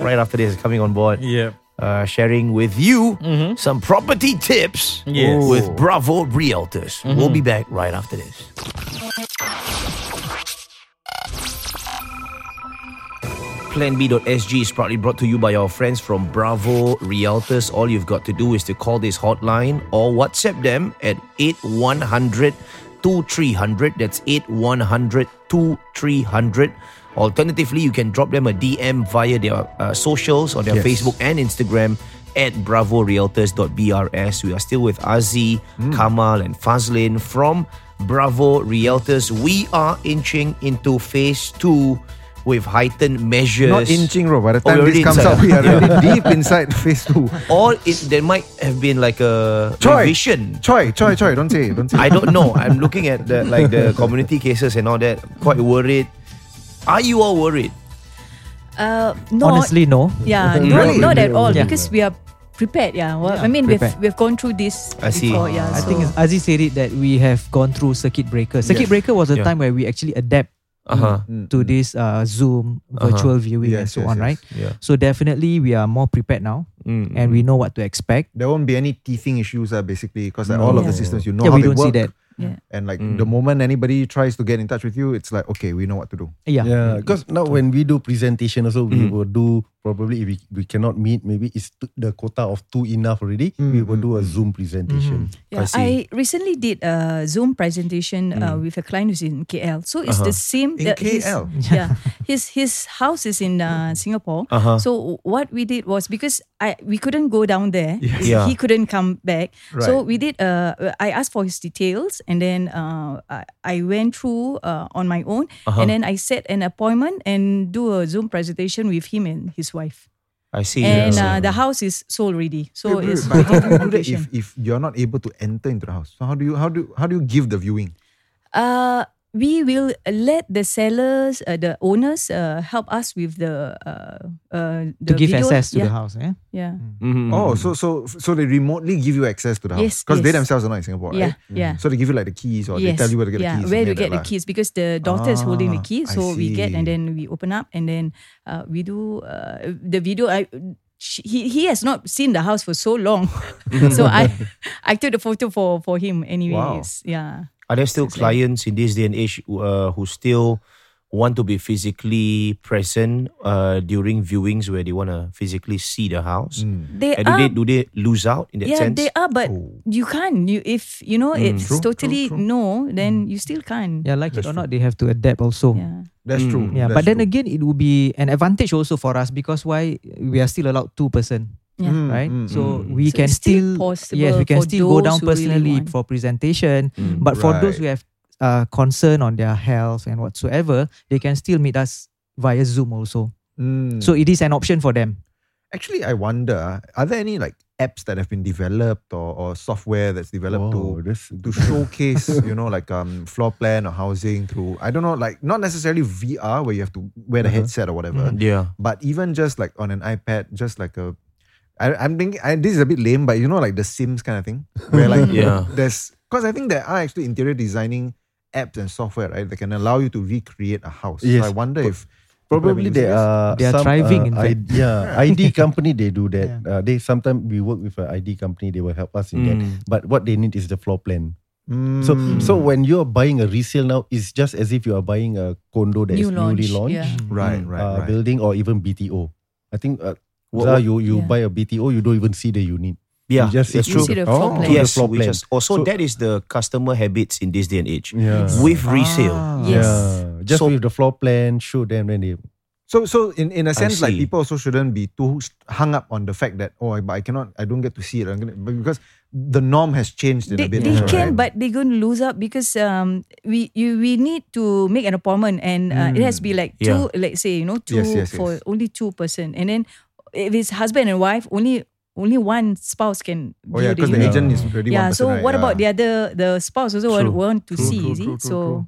[SPEAKER 1] right after this coming on board,
[SPEAKER 3] Yeah. Mm-hmm.
[SPEAKER 1] uh, sharing with you some property tips
[SPEAKER 3] Yes. Mm-hmm.
[SPEAKER 1] with Bravo Realtors. We'll be back right after this. PlanB.sg is proudly brought to you by our friends from Bravo Realtors. All you've got to do is to call this hotline or WhatsApp them at 8100 2300. That's 8100 2300. Alternatively, you can drop them a DM via their uh, socials or their
[SPEAKER 2] Yes.
[SPEAKER 1] Facebook and Instagram at bravorealtors.brs. We are still with Azi, Kamal, and Fazlin from Bravo Realtors. We are inching into phase two with heightened measures.
[SPEAKER 2] Not inching, bro. By the
[SPEAKER 1] Oh,
[SPEAKER 2] time
[SPEAKER 1] we're already
[SPEAKER 2] this comes
[SPEAKER 1] inside,
[SPEAKER 2] out, we are already deep inside phase two.
[SPEAKER 1] Or it, there might have been like a
[SPEAKER 2] Choi.
[SPEAKER 1] revision.
[SPEAKER 2] Choi, Choi, Choi. Don't say, it, don't say. it.
[SPEAKER 1] I don't know. I'm looking at the like the community cases and all that. Quite worried. Are you all worried?
[SPEAKER 7] Uh, not,
[SPEAKER 8] Honestly, no.
[SPEAKER 7] yeah,
[SPEAKER 1] Mm.
[SPEAKER 7] no,
[SPEAKER 2] Really?
[SPEAKER 7] not at all
[SPEAKER 8] Yeah.
[SPEAKER 7] because we are prepared. Yeah, well, I mean
[SPEAKER 8] prepared.
[SPEAKER 7] we've we've gone through this
[SPEAKER 1] I see.
[SPEAKER 7] before. Yeah,
[SPEAKER 8] I
[SPEAKER 7] so
[SPEAKER 8] think Aziz said it that we have gone through circuit breaker. Circuit
[SPEAKER 2] Yes.
[SPEAKER 8] breaker was a
[SPEAKER 1] Yeah.
[SPEAKER 8] time where we actually adapt
[SPEAKER 1] Uh-huh.
[SPEAKER 8] to this uh, Zoom
[SPEAKER 1] Uh-huh.
[SPEAKER 8] virtual viewing and
[SPEAKER 2] Yes,
[SPEAKER 8] so
[SPEAKER 2] yes,
[SPEAKER 8] on,
[SPEAKER 2] yes.
[SPEAKER 8] right?
[SPEAKER 1] Yeah.
[SPEAKER 8] So definitely we are more prepared now
[SPEAKER 1] Mm,
[SPEAKER 8] and we know what to expect.
[SPEAKER 2] There won't be any teething issues, uh, basically, because like all of the
[SPEAKER 8] Yeah.
[SPEAKER 2] systems you know
[SPEAKER 8] yeah,
[SPEAKER 2] how
[SPEAKER 8] we
[SPEAKER 2] they
[SPEAKER 8] don't
[SPEAKER 2] work.
[SPEAKER 8] see that.
[SPEAKER 2] And like the moment anybody tries to get in touch with you, it's like okay, we know what to do.
[SPEAKER 8] Yeah.
[SPEAKER 9] Yeah, because now when we do presentation also, we
[SPEAKER 2] Mm.
[SPEAKER 9] will do probably if we, we cannot meet, maybe it's t- the quota of two enough already. We will do a
[SPEAKER 2] Mm.
[SPEAKER 9] Zoom presentation.
[SPEAKER 7] yeah, I, recently did a Zoom presentation uh, with a client who's in KL. So it's the same.
[SPEAKER 2] In
[SPEAKER 7] that his-
[SPEAKER 2] KL?
[SPEAKER 7] yeah, his his house is in uh, Singapore. So what we did was because I we couldn't go down there.
[SPEAKER 1] Yeah.
[SPEAKER 7] He couldn't come back. So
[SPEAKER 2] Right.
[SPEAKER 7] we did. Uh, I asked for his details, and then uh, I, I went through uh, on my own, and then I set an appointment and do a Zoom presentation with him and his wife.
[SPEAKER 1] I see.
[SPEAKER 7] And
[SPEAKER 1] Yeah.
[SPEAKER 7] uh, the house is sold already. So
[SPEAKER 2] Wait, wait,
[SPEAKER 7] Oh, it's
[SPEAKER 2] wait, but how do you
[SPEAKER 7] within
[SPEAKER 2] do that
[SPEAKER 7] completion.
[SPEAKER 2] if, if you're not able to enter into the house? So how do you how do how do you give the viewing?
[SPEAKER 7] Uh, we will uh, let the sellers, uh, the owners, uh, help us with the uh, uh, the
[SPEAKER 8] to give
[SPEAKER 7] video.
[SPEAKER 8] access to
[SPEAKER 7] yeah,
[SPEAKER 8] the house. eh? Mm. Yeah.
[SPEAKER 7] yeah,
[SPEAKER 1] Mhm.
[SPEAKER 2] Oh, so so so they remotely give you access to the house
[SPEAKER 7] Yes,
[SPEAKER 2] because they
[SPEAKER 7] yes.
[SPEAKER 2] themselves are not in Singapore, right?
[SPEAKER 7] yeah, yeah.
[SPEAKER 2] So they give you like the keys or Oh, they tell you where to get
[SPEAKER 7] yeah,
[SPEAKER 2] the keys.
[SPEAKER 7] where
[SPEAKER 2] and
[SPEAKER 7] to
[SPEAKER 2] that
[SPEAKER 7] get the
[SPEAKER 2] lah.
[SPEAKER 7] keys because the daughter is holding the key,
[SPEAKER 2] Ah, I
[SPEAKER 7] so we get and
[SPEAKER 2] see.
[SPEAKER 7] then we open up and then uh, we do uh, the video. I she, he he has not seen the house for so long, so I I took the photo for for him anyways. Yeah,
[SPEAKER 1] Are there still clients in this day and age uh, who still want to be physically present uh, during viewings where they want to physically see the house?
[SPEAKER 8] Mm.
[SPEAKER 7] they
[SPEAKER 1] And do
[SPEAKER 7] are.
[SPEAKER 8] Um,
[SPEAKER 1] they do they lose out in that
[SPEAKER 7] yeah,
[SPEAKER 1] sense?
[SPEAKER 7] they are, but you can't. You if you know it's
[SPEAKER 2] Oh. Mm, True, true,
[SPEAKER 7] totally
[SPEAKER 2] true. Mm.
[SPEAKER 7] no, then you still can't.
[SPEAKER 8] Yeah, like it or not, they have to adapt also.
[SPEAKER 7] yeah.
[SPEAKER 2] That's
[SPEAKER 1] Mm.
[SPEAKER 2] true.
[SPEAKER 8] Yeah,
[SPEAKER 2] That's
[SPEAKER 8] but then
[SPEAKER 2] true.
[SPEAKER 8] again, it would be an advantage also for us because why we are still allowed two person,
[SPEAKER 7] Yeah.
[SPEAKER 2] Mm,
[SPEAKER 8] right?
[SPEAKER 2] mm,
[SPEAKER 8] so
[SPEAKER 2] mm.
[SPEAKER 8] we
[SPEAKER 7] So
[SPEAKER 8] can
[SPEAKER 7] it's
[SPEAKER 8] still,
[SPEAKER 7] still possible
[SPEAKER 8] yes, we can
[SPEAKER 7] for
[SPEAKER 8] still go
[SPEAKER 7] those
[SPEAKER 8] down
[SPEAKER 7] who really
[SPEAKER 8] personally
[SPEAKER 7] want.
[SPEAKER 8] for presentation.
[SPEAKER 1] Mm.
[SPEAKER 8] But for those
[SPEAKER 2] Right.
[SPEAKER 8] who have uh, concern on their health and whatsoever, they can still meet us via Zoom also.
[SPEAKER 2] Mm.
[SPEAKER 8] So it is an option for them.
[SPEAKER 2] actually, I wonder, are there any like apps that have been developed or, or software that's developed to
[SPEAKER 9] Wow, that's
[SPEAKER 2] to showcase, you know, like um floor plan or housing through I don't know, like not necessarily VR where you have to wear
[SPEAKER 9] Uh-huh.
[SPEAKER 2] the headset or whatever,
[SPEAKER 8] Mm.
[SPEAKER 1] yeah.
[SPEAKER 2] but even just like on an iPad, just like a I, I'm thinking I, this is a bit lame, but you know, like the Sims kind of thing, where like
[SPEAKER 1] Yeah.
[SPEAKER 2] there's because I think there are actually interior designing apps and software right that can allow you to recreate a house.
[SPEAKER 9] Yes,
[SPEAKER 2] so I wonder if
[SPEAKER 9] Probably
[SPEAKER 2] there
[SPEAKER 9] there are
[SPEAKER 8] They are
[SPEAKER 9] some,
[SPEAKER 8] thriving,
[SPEAKER 9] uh,
[SPEAKER 8] in fact.
[SPEAKER 9] I- yeah, ID company they do that. Uh, they sometimes we work with an ID company. They will help us
[SPEAKER 2] Mm.
[SPEAKER 9] in
[SPEAKER 1] Mm.
[SPEAKER 9] that. But what they need is the floor plan. So so
[SPEAKER 2] Mm.
[SPEAKER 9] when you are buying a resale now, it's just as if you are buying a condo that is
[SPEAKER 7] New launch,
[SPEAKER 9] newly launched,
[SPEAKER 7] yeah.
[SPEAKER 2] right, right,
[SPEAKER 9] uh,
[SPEAKER 2] right.
[SPEAKER 9] building or even BTO. I think uh,
[SPEAKER 1] Wha-
[SPEAKER 9] Zah,
[SPEAKER 1] wha-
[SPEAKER 9] you you
[SPEAKER 7] Yeah.
[SPEAKER 9] buy a BTO, you don't even see the unit.
[SPEAKER 1] Yeah,
[SPEAKER 9] you just
[SPEAKER 1] that's
[SPEAKER 9] see
[SPEAKER 7] You
[SPEAKER 1] true.
[SPEAKER 7] see the
[SPEAKER 3] Oh,
[SPEAKER 7] floor plan.
[SPEAKER 1] Yes,
[SPEAKER 9] floor
[SPEAKER 1] we
[SPEAKER 9] plan.
[SPEAKER 1] just also
[SPEAKER 9] So-
[SPEAKER 1] that is the customer habits in this day and age
[SPEAKER 9] Yeah.
[SPEAKER 1] with resale.
[SPEAKER 8] Ah.
[SPEAKER 2] Ah.
[SPEAKER 7] Yes.
[SPEAKER 9] Yeah, just
[SPEAKER 1] So-
[SPEAKER 9] with the floor plan, show them then they
[SPEAKER 2] So so in, in a sense, like
[SPEAKER 1] see.
[SPEAKER 2] people also shouldn't be too st- hung up on the fact that oh, I- but I cannot, I don't get to see it, I'm gonna, but because the norm has changed in a
[SPEAKER 7] they,
[SPEAKER 2] bit.
[SPEAKER 7] they
[SPEAKER 2] also, right?
[SPEAKER 7] can, but they're going to lose out because um we you we need to make an appointment and uh, it has to be like
[SPEAKER 1] Yeah.
[SPEAKER 7] two, let's say you know
[SPEAKER 2] Mm.
[SPEAKER 7] two
[SPEAKER 2] Yes, yes,
[SPEAKER 7] for
[SPEAKER 2] yes.
[SPEAKER 7] only two person, and then if it's husband and wife, only only one spouse can.
[SPEAKER 2] oh yeah,
[SPEAKER 7] view
[SPEAKER 2] because the
[SPEAKER 7] unit.
[SPEAKER 2] agent is already one
[SPEAKER 7] yeah.
[SPEAKER 2] person.
[SPEAKER 7] so
[SPEAKER 2] right?
[SPEAKER 7] what
[SPEAKER 2] yeah.
[SPEAKER 7] about the other the spouse also
[SPEAKER 1] True.
[SPEAKER 7] want, want to
[SPEAKER 2] True,
[SPEAKER 7] see?
[SPEAKER 2] true,
[SPEAKER 7] is it?
[SPEAKER 2] true, true,
[SPEAKER 7] so
[SPEAKER 2] true.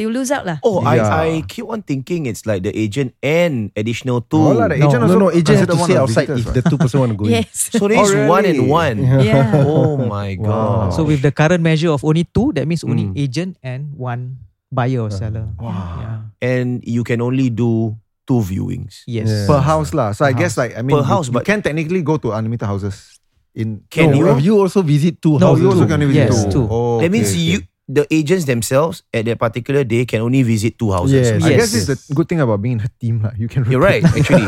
[SPEAKER 7] they will lose out lah.
[SPEAKER 1] Oh,
[SPEAKER 2] Yeah.
[SPEAKER 1] I, I keep on thinking it's like the agent and additional two.
[SPEAKER 2] Oh, lah, the
[SPEAKER 9] No,
[SPEAKER 2] agent
[SPEAKER 9] no,
[SPEAKER 2] also
[SPEAKER 9] no, agent has
[SPEAKER 2] consider
[SPEAKER 9] to
[SPEAKER 2] one
[SPEAKER 9] stay
[SPEAKER 2] of the
[SPEAKER 9] outside
[SPEAKER 2] visitors,
[SPEAKER 9] if the two person want to go in.
[SPEAKER 7] Yes.
[SPEAKER 1] So there is
[SPEAKER 2] Oh,
[SPEAKER 1] one and
[SPEAKER 2] really?
[SPEAKER 1] one.
[SPEAKER 7] yeah.
[SPEAKER 1] Oh my god.
[SPEAKER 6] Oh.
[SPEAKER 8] So with the current measure of only two, that means
[SPEAKER 6] Mm.
[SPEAKER 8] only agent and one buyer
[SPEAKER 6] Uh,
[SPEAKER 8] or seller. Yeah.
[SPEAKER 1] and you can only do two viewings.
[SPEAKER 8] Yes.
[SPEAKER 2] Per house lah. So I guess like I mean,
[SPEAKER 1] Per
[SPEAKER 2] you-
[SPEAKER 1] house,
[SPEAKER 2] you,
[SPEAKER 1] but-
[SPEAKER 2] can technically go to unlimited houses in.
[SPEAKER 1] Can
[SPEAKER 9] no,
[SPEAKER 1] you?
[SPEAKER 9] you also visit two
[SPEAKER 8] No,
[SPEAKER 2] Oh,
[SPEAKER 9] houses.
[SPEAKER 2] you also can only
[SPEAKER 9] too.
[SPEAKER 2] visit
[SPEAKER 8] Yes,
[SPEAKER 2] two.
[SPEAKER 8] two.
[SPEAKER 2] Oh,
[SPEAKER 1] that
[SPEAKER 2] okay,
[SPEAKER 1] means
[SPEAKER 2] okay.
[SPEAKER 1] you the agents themselves at that particular day can only visit two houses.
[SPEAKER 9] Yes.
[SPEAKER 2] I
[SPEAKER 8] Yes,
[SPEAKER 2] guess it's the good thing about being in a team lah. You can.
[SPEAKER 1] You're right,
[SPEAKER 2] rotate.
[SPEAKER 1] actually.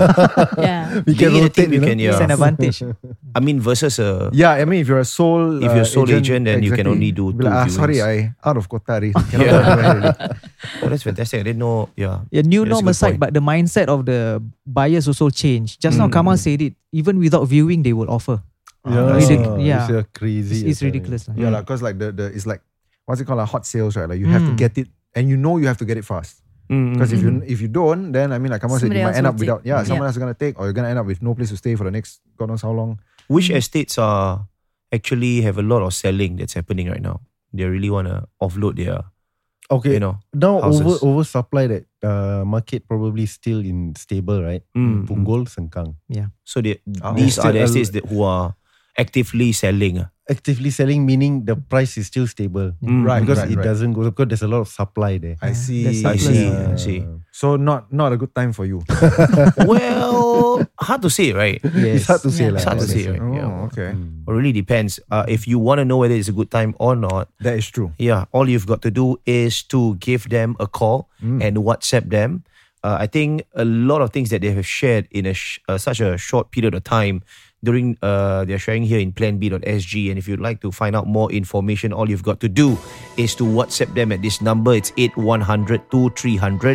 [SPEAKER 7] yeah.
[SPEAKER 9] We
[SPEAKER 1] Being
[SPEAKER 9] can
[SPEAKER 1] in a
[SPEAKER 9] rotate,
[SPEAKER 1] team, you
[SPEAKER 9] you know?
[SPEAKER 1] can yeah.
[SPEAKER 8] It's an advantage.
[SPEAKER 1] I mean versus a
[SPEAKER 2] Yeah, I mean, if you're a sole, uh,
[SPEAKER 1] If you're sole agent, then you can only do
[SPEAKER 2] Be like,
[SPEAKER 1] two
[SPEAKER 2] ah, sorry,
[SPEAKER 1] viewings."
[SPEAKER 2] I out of quota already. Cannot
[SPEAKER 1] Yeah.
[SPEAKER 2] do it already."
[SPEAKER 1] Oh that's fantastic. I didn't know yeah.
[SPEAKER 8] Yeah, new
[SPEAKER 1] That's a
[SPEAKER 8] norm
[SPEAKER 1] good
[SPEAKER 8] aside,
[SPEAKER 1] point. Hmm.
[SPEAKER 8] but the mindset of the buyers also changed. Just now Kamal said it, even without viewing, they will offer.
[SPEAKER 1] Ah,
[SPEAKER 9] Yeah,
[SPEAKER 8] Ridic- yeah.
[SPEAKER 9] It's uh, crazy.
[SPEAKER 8] It's, it's
[SPEAKER 9] uh,
[SPEAKER 8] ridiculous. lah.
[SPEAKER 2] Yeah,
[SPEAKER 1] Mm.
[SPEAKER 2] like because like the, the it's like what's it called? Like hot sales, right? Like you have to
[SPEAKER 1] Mm.
[SPEAKER 2] get it and you know you have to get it fast. Because if you if you don't, then I mean like someone said you
[SPEAKER 7] Somebody
[SPEAKER 2] might
[SPEAKER 7] else
[SPEAKER 2] end up
[SPEAKER 7] will take.
[SPEAKER 2] without yeah,
[SPEAKER 7] Yeah.
[SPEAKER 2] someone else is gonna take or you're gonna end up with no place to stay for the next God knows how long.
[SPEAKER 1] Which estates are actually have a lot of selling that's happening right now? They really wanna offload their
[SPEAKER 9] Okay,
[SPEAKER 1] you know.
[SPEAKER 9] now over
[SPEAKER 1] houses.
[SPEAKER 9] oversupply that uh, market probably still in stable, right?
[SPEAKER 2] Hmm.
[SPEAKER 1] Mm.
[SPEAKER 9] Punggol, Sengkang.
[SPEAKER 1] So they,
[SPEAKER 9] Ah,
[SPEAKER 2] Oh.
[SPEAKER 1] these are the
[SPEAKER 9] Still a-
[SPEAKER 1] estates that who are actively selling. ah.
[SPEAKER 9] Actively selling meaning the price is still stable.
[SPEAKER 1] Mm.
[SPEAKER 2] Right.
[SPEAKER 9] Because it
[SPEAKER 2] right.
[SPEAKER 9] doesn't go because there's a lot of supply there.
[SPEAKER 2] I see.
[SPEAKER 1] I
[SPEAKER 8] Surplus.
[SPEAKER 1] see, I
[SPEAKER 9] Yeah.
[SPEAKER 1] see.
[SPEAKER 2] So not not a good time for you.
[SPEAKER 1] well, hard to say, right?
[SPEAKER 9] It's hard to say,
[SPEAKER 1] It's
[SPEAKER 9] lah.
[SPEAKER 1] hard to say,
[SPEAKER 9] honestly.
[SPEAKER 1] right? Yeah. mm.
[SPEAKER 2] oh, okay.
[SPEAKER 1] It really depends. Uh, if you want to know whether it's a good time or not,
[SPEAKER 2] That is true.
[SPEAKER 1] Yeah, all you've got to do is to give them a call and WhatsApp them. Uh, I think a lot of things that they have shared in a sh- uh, such a short period of time during uh, they're sharing here in planb.sg. And if you'd like to find out more information, all you've got to do is to WhatsApp them at this number. It's 8100 2300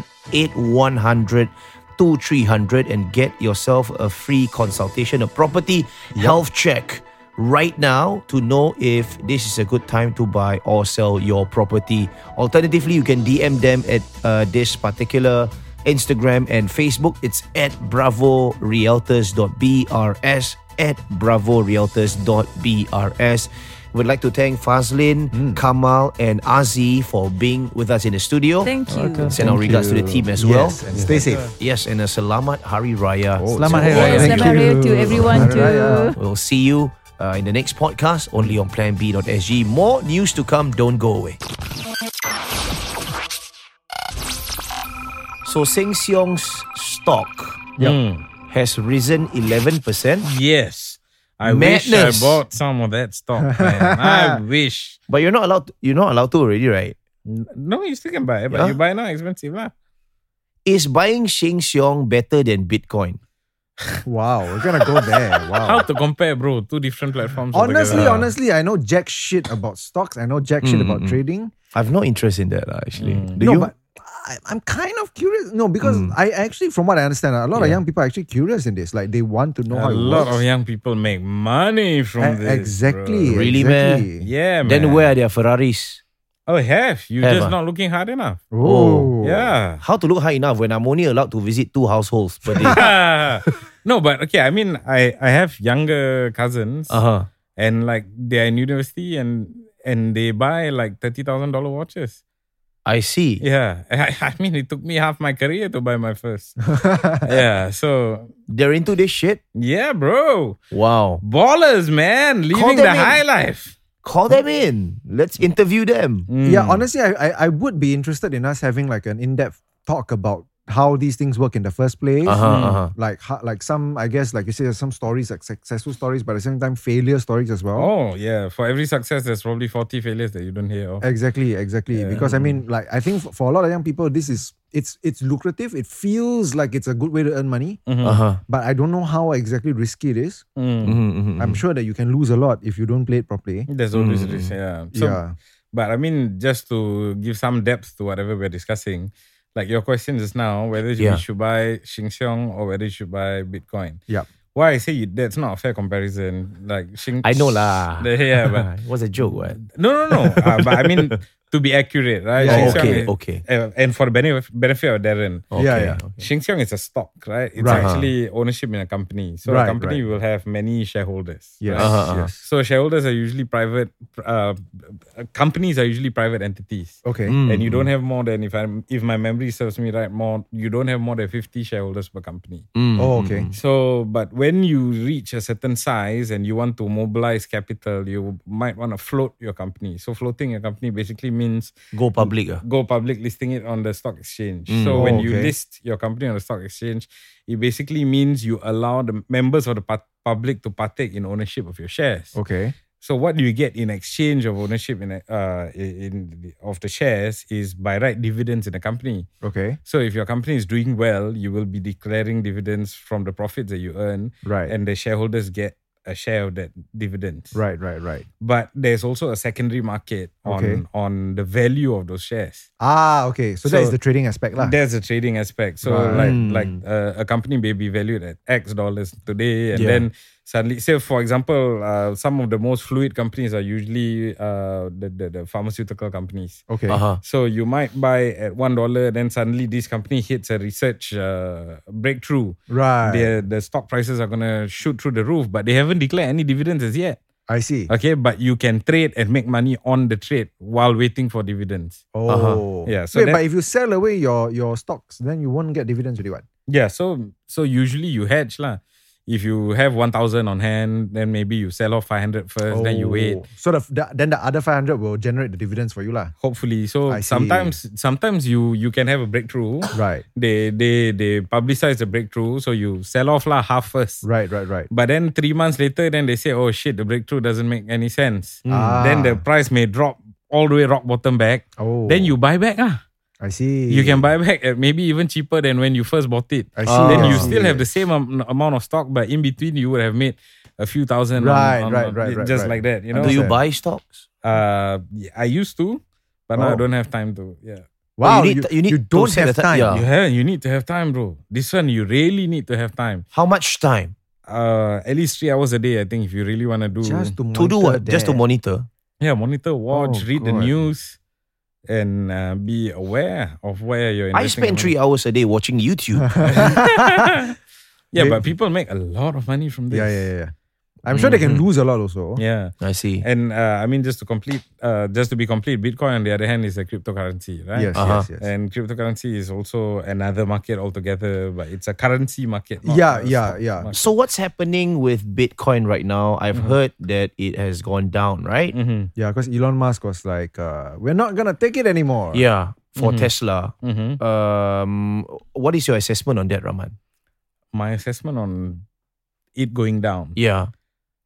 [SPEAKER 1] 8100 2300 and get yourself a free consultation, a property health check right now to know if this is a good time to buy or sell your property. Alternatively, you can DM them at uh, this particular Instagram and Facebook. It's at bravo realtors.brs at bravo realtors.brs. We'd like to thank Fazlin,
[SPEAKER 2] Hmm.
[SPEAKER 1] Kamal, and Azi for being with us in the studio.
[SPEAKER 7] Thank you.
[SPEAKER 1] Send our regards to the team as well.
[SPEAKER 2] Yes, and stay safe. Oh,
[SPEAKER 1] Yes, and a Selamat Hari Raya.
[SPEAKER 8] Selamat Hari Raya.
[SPEAKER 7] Yes,
[SPEAKER 2] Thank
[SPEAKER 7] Selamat Raya to
[SPEAKER 2] you.
[SPEAKER 7] everyone
[SPEAKER 2] Hari Raya.
[SPEAKER 7] too.
[SPEAKER 1] We'll see you uh, in the next podcast only on planb.sg. More news to come. Don't go away. So Seng Siong's stock has risen 11%.
[SPEAKER 3] Mm. Yes. I
[SPEAKER 1] Madness.
[SPEAKER 3] wish I bought some of that stock. Man. I wish.
[SPEAKER 1] But you're not allowed you're not allowed to already, right?
[SPEAKER 3] No, you still can buy it, but
[SPEAKER 1] Yeah.
[SPEAKER 3] you buy now expensive lah.
[SPEAKER 1] Is buying Sheng Siong better than Bitcoin?
[SPEAKER 2] Wow, we're gonna go there.
[SPEAKER 3] How
[SPEAKER 2] Wow.
[SPEAKER 3] to compare, bro? Two different platforms.
[SPEAKER 2] honestly,
[SPEAKER 3] altogether.
[SPEAKER 2] honestly, I know jack shit about stocks. I know jack shit about trading.
[SPEAKER 1] I've no interest in that lah, actually. Mm, Do
[SPEAKER 2] Mm. no,
[SPEAKER 1] you? Mm.
[SPEAKER 2] but I, I'm kind of curious. No, because I actually, from what I understand, a lot of young people are actually curious in this. Like they want to know how
[SPEAKER 3] a
[SPEAKER 2] it
[SPEAKER 3] lot of
[SPEAKER 2] works.
[SPEAKER 3] young people make money from
[SPEAKER 2] E-
[SPEAKER 3] this.
[SPEAKER 2] exactly.
[SPEAKER 3] bro.
[SPEAKER 1] Really,
[SPEAKER 2] exactly.
[SPEAKER 3] Yeah, man.
[SPEAKER 1] then where are their Ferraris?
[SPEAKER 3] Oh, have you
[SPEAKER 1] Have,
[SPEAKER 3] just
[SPEAKER 1] ah?
[SPEAKER 3] not looking hard enough?
[SPEAKER 2] Oh.
[SPEAKER 3] Yeah.
[SPEAKER 1] How to look high enough when I'm only allowed to visit two households per day?
[SPEAKER 3] Ah. no, but okay. I mean, I I have younger cousins,
[SPEAKER 1] uh-huh.
[SPEAKER 3] and like they are in university, and and they buy like thirty thousand dollar watches.
[SPEAKER 1] I see.
[SPEAKER 3] Yeah, I, I mean, it took me half my career to buy my first. yeah, so
[SPEAKER 1] They're into this shit?
[SPEAKER 3] yeah, bro,
[SPEAKER 1] Wow.
[SPEAKER 3] ballers, man, living
[SPEAKER 1] them
[SPEAKER 3] the
[SPEAKER 1] in.
[SPEAKER 3] high life.
[SPEAKER 1] call them in. Let's interview them.
[SPEAKER 3] Mm.
[SPEAKER 2] Yeah, honestly, I, I I would be interested in us having like an in-depth talk about how these things work in the first place.
[SPEAKER 1] Uh-huh,
[SPEAKER 3] Hmm.
[SPEAKER 1] Mm. uh-huh.
[SPEAKER 2] Like ho- like some, I guess, like you say, some stories like successful stories, but at the same time, failure stories as well.
[SPEAKER 3] Oh yeah, for every success, there's probably forty failures that you don't hear of.
[SPEAKER 2] Exactly, exactly. Because I mean, like I think for, for a lot of young people, this is it's it's lucrative. It feels like it's a good way to earn money,
[SPEAKER 3] Mm-hmm.
[SPEAKER 1] Uh-huh. Mm-hmm,
[SPEAKER 2] but I don't know how exactly risky it is.
[SPEAKER 3] Mm.
[SPEAKER 2] I'm sure that you can lose a lot if you don't play it properly.
[SPEAKER 3] There's
[SPEAKER 1] Hmm.
[SPEAKER 3] always risk, yeah. So,
[SPEAKER 2] yeah.
[SPEAKER 1] Mm-hmm.
[SPEAKER 3] But I mean, just to give some depth to whatever we're discussing, like your question just now, whether
[SPEAKER 1] Yeah.
[SPEAKER 3] you should buy Sheng Siong or whether you should buy Bitcoin.
[SPEAKER 2] Yeah.
[SPEAKER 3] Why I say you, that's not a fair comparison. Like Sheng,
[SPEAKER 1] I know lah.
[SPEAKER 3] Yeah, but
[SPEAKER 1] it was a joke, what?
[SPEAKER 3] no, no, no. Uh, but I mean, to be accurate, right?
[SPEAKER 2] Yeah,
[SPEAKER 3] Sheng
[SPEAKER 2] yeah.
[SPEAKER 3] Siong
[SPEAKER 1] Okay,
[SPEAKER 3] is-
[SPEAKER 1] okay.
[SPEAKER 3] uh, and for the benef- benefit of Darren,
[SPEAKER 1] Okay.
[SPEAKER 2] Yeah, yeah.
[SPEAKER 3] Sheng Siong is a stock, right? It's
[SPEAKER 2] Right.
[SPEAKER 3] actually ownership in a company. So a
[SPEAKER 2] Right,
[SPEAKER 3] company
[SPEAKER 2] right.
[SPEAKER 3] will have many shareholders.
[SPEAKER 2] Yes.
[SPEAKER 3] right?
[SPEAKER 1] Uh-huh, uh-huh.
[SPEAKER 2] Yes.
[SPEAKER 3] So shareholders are usually private. Uh, companies are usually private entities.
[SPEAKER 2] Okay. Hmm.
[SPEAKER 3] And you don't have more than if I am if my memory serves me right, more you don't have more than fifty shareholders per company.
[SPEAKER 1] Mm.
[SPEAKER 2] Oh, okay.
[SPEAKER 1] Mm-hmm.
[SPEAKER 3] So, but when you reach a certain size and you want to mobilize capital, you might want to float your company. So, floating your company basically means
[SPEAKER 1] Go public. ah.
[SPEAKER 3] go public listing it on the stock exchange. So
[SPEAKER 2] Oh,
[SPEAKER 3] when you
[SPEAKER 2] okay.
[SPEAKER 3] list your company on the stock exchange, it basically means you allow the members of the pu- public to partake in ownership of your shares.
[SPEAKER 2] Okay.
[SPEAKER 3] So what do you get in exchange of ownership in a- uh in the- of the shares is by right dividends in the company.
[SPEAKER 2] Okay.
[SPEAKER 3] So if your company is doing well, you will be declaring dividends from the profits that you earn,
[SPEAKER 2] Right.
[SPEAKER 3] and the shareholders get a share of that dividends.
[SPEAKER 2] Right, right, right.
[SPEAKER 3] But there's also a secondary market on
[SPEAKER 2] Okay.
[SPEAKER 3] on the value of those shares.
[SPEAKER 2] Ah, okay. So, that
[SPEAKER 3] So
[SPEAKER 2] is the trading aspect. lah.
[SPEAKER 3] There's a trading aspect. So
[SPEAKER 2] Ah. Right. Hmm.
[SPEAKER 3] like like uh, a company may be valued at X dollars today, and
[SPEAKER 1] Yeah.
[SPEAKER 3] then suddenly, say for example, uh, some of the most fluid companies are usually uh, the, the the pharmaceutical companies.
[SPEAKER 2] Okay.
[SPEAKER 1] Uh-huh.
[SPEAKER 3] So you might buy at one dollar, then suddenly this company hits a research uh, breakthrough.
[SPEAKER 2] Right.
[SPEAKER 3] Their the stock prices are gonna shoot through the roof, but they haven't declared any dividends as yet.
[SPEAKER 2] I see.
[SPEAKER 3] Okay, but you can trade and make money on the trade while waiting for dividends.
[SPEAKER 2] Oh.
[SPEAKER 3] Uh-huh. Yeah, so
[SPEAKER 2] Wait,
[SPEAKER 3] that-
[SPEAKER 2] but if you sell away your your stocks, then you won't get dividends really what?
[SPEAKER 3] Yeah, so so usually you hedge lah. If you have one thousand on hand, then maybe you sell off 500 first, then you wait.
[SPEAKER 2] Oh. So the, the, then the other 500 will generate the dividends for you lah.
[SPEAKER 3] Hopefully, so
[SPEAKER 2] I see.
[SPEAKER 3] sometimes sometimes you you can have a breakthrough.
[SPEAKER 2] Right.
[SPEAKER 3] They they they publicize the breakthrough, so you sell off lah half first.
[SPEAKER 2] Right, right, right.
[SPEAKER 3] But then three months later, then they say, oh shit, the breakthrough doesn't make any sense.
[SPEAKER 1] Hmm.
[SPEAKER 2] Ah.
[SPEAKER 3] Then the price may drop all the way rock bottom back.
[SPEAKER 2] Oh.
[SPEAKER 3] Then you buy back ah.
[SPEAKER 2] I see.
[SPEAKER 3] You can buy back at maybe even cheaper than when you first bought it.
[SPEAKER 2] I see.
[SPEAKER 3] Then
[SPEAKER 2] I
[SPEAKER 3] you
[SPEAKER 2] see.
[SPEAKER 3] still have the same am- amount of stock, but in between you would have made a few thousand. on-
[SPEAKER 2] Right,
[SPEAKER 3] on-
[SPEAKER 2] right, right, right,
[SPEAKER 3] Just
[SPEAKER 2] right.
[SPEAKER 3] like that, you know.
[SPEAKER 1] Do you
[SPEAKER 2] Understand.
[SPEAKER 1] buy stocks?
[SPEAKER 3] Uh, yeah, I used to, but now I
[SPEAKER 2] Oh.
[SPEAKER 3] don't have time to. Yeah,
[SPEAKER 2] Wow,
[SPEAKER 1] you need
[SPEAKER 2] you,
[SPEAKER 1] t- you need
[SPEAKER 2] you
[SPEAKER 1] to
[SPEAKER 2] don't
[SPEAKER 1] set
[SPEAKER 2] have
[SPEAKER 1] the ti-
[SPEAKER 2] time.
[SPEAKER 1] yeah.
[SPEAKER 3] you have. You need to have time, bro. This one you really need to have time.
[SPEAKER 1] How much time?
[SPEAKER 3] Uh, at least three hours a day. I think if you really want to do,
[SPEAKER 2] Just to,
[SPEAKER 1] To do
[SPEAKER 2] monitor
[SPEAKER 1] what? Just to
[SPEAKER 2] that.
[SPEAKER 1] monitor.
[SPEAKER 3] yeah, monitor, watch,
[SPEAKER 2] Oh,
[SPEAKER 3] read the
[SPEAKER 2] God.
[SPEAKER 3] news, and uh, be aware of where you're.
[SPEAKER 1] I spend three hours a day watching YouTube.
[SPEAKER 3] Yeah, but people make a lot of money from this.
[SPEAKER 2] Yeah, yeah, yeah. yeah. I'm sure they can lose a lot also.
[SPEAKER 3] Mm-hmm. Yeah.
[SPEAKER 1] I see.
[SPEAKER 3] And uh, I mean, just to complete, uh, just to be complete, Bitcoin on the other hand is a cryptocurrency, right? Uh,
[SPEAKER 2] Yes,
[SPEAKER 1] Uh-huh.
[SPEAKER 2] yes, yes.
[SPEAKER 3] And cryptocurrency is also another market altogether, but it's a currency market. not
[SPEAKER 2] Yeah,
[SPEAKER 3] a
[SPEAKER 2] yeah,
[SPEAKER 3] stock
[SPEAKER 2] yeah.
[SPEAKER 3] market.
[SPEAKER 1] So what's happening with Bitcoin right now? I've
[SPEAKER 2] Mm-hmm.
[SPEAKER 1] heard that it has gone down, right?
[SPEAKER 3] Mm-hmm,
[SPEAKER 2] yeah, because Elon Musk was like, uh, we're not going to take it anymore.
[SPEAKER 1] Yeah, for Tesla.
[SPEAKER 3] mm-hmm.
[SPEAKER 2] Uh,
[SPEAKER 1] Um, what is your assessment on that, Rahman?
[SPEAKER 3] My assessment on it going down.
[SPEAKER 1] Yeah.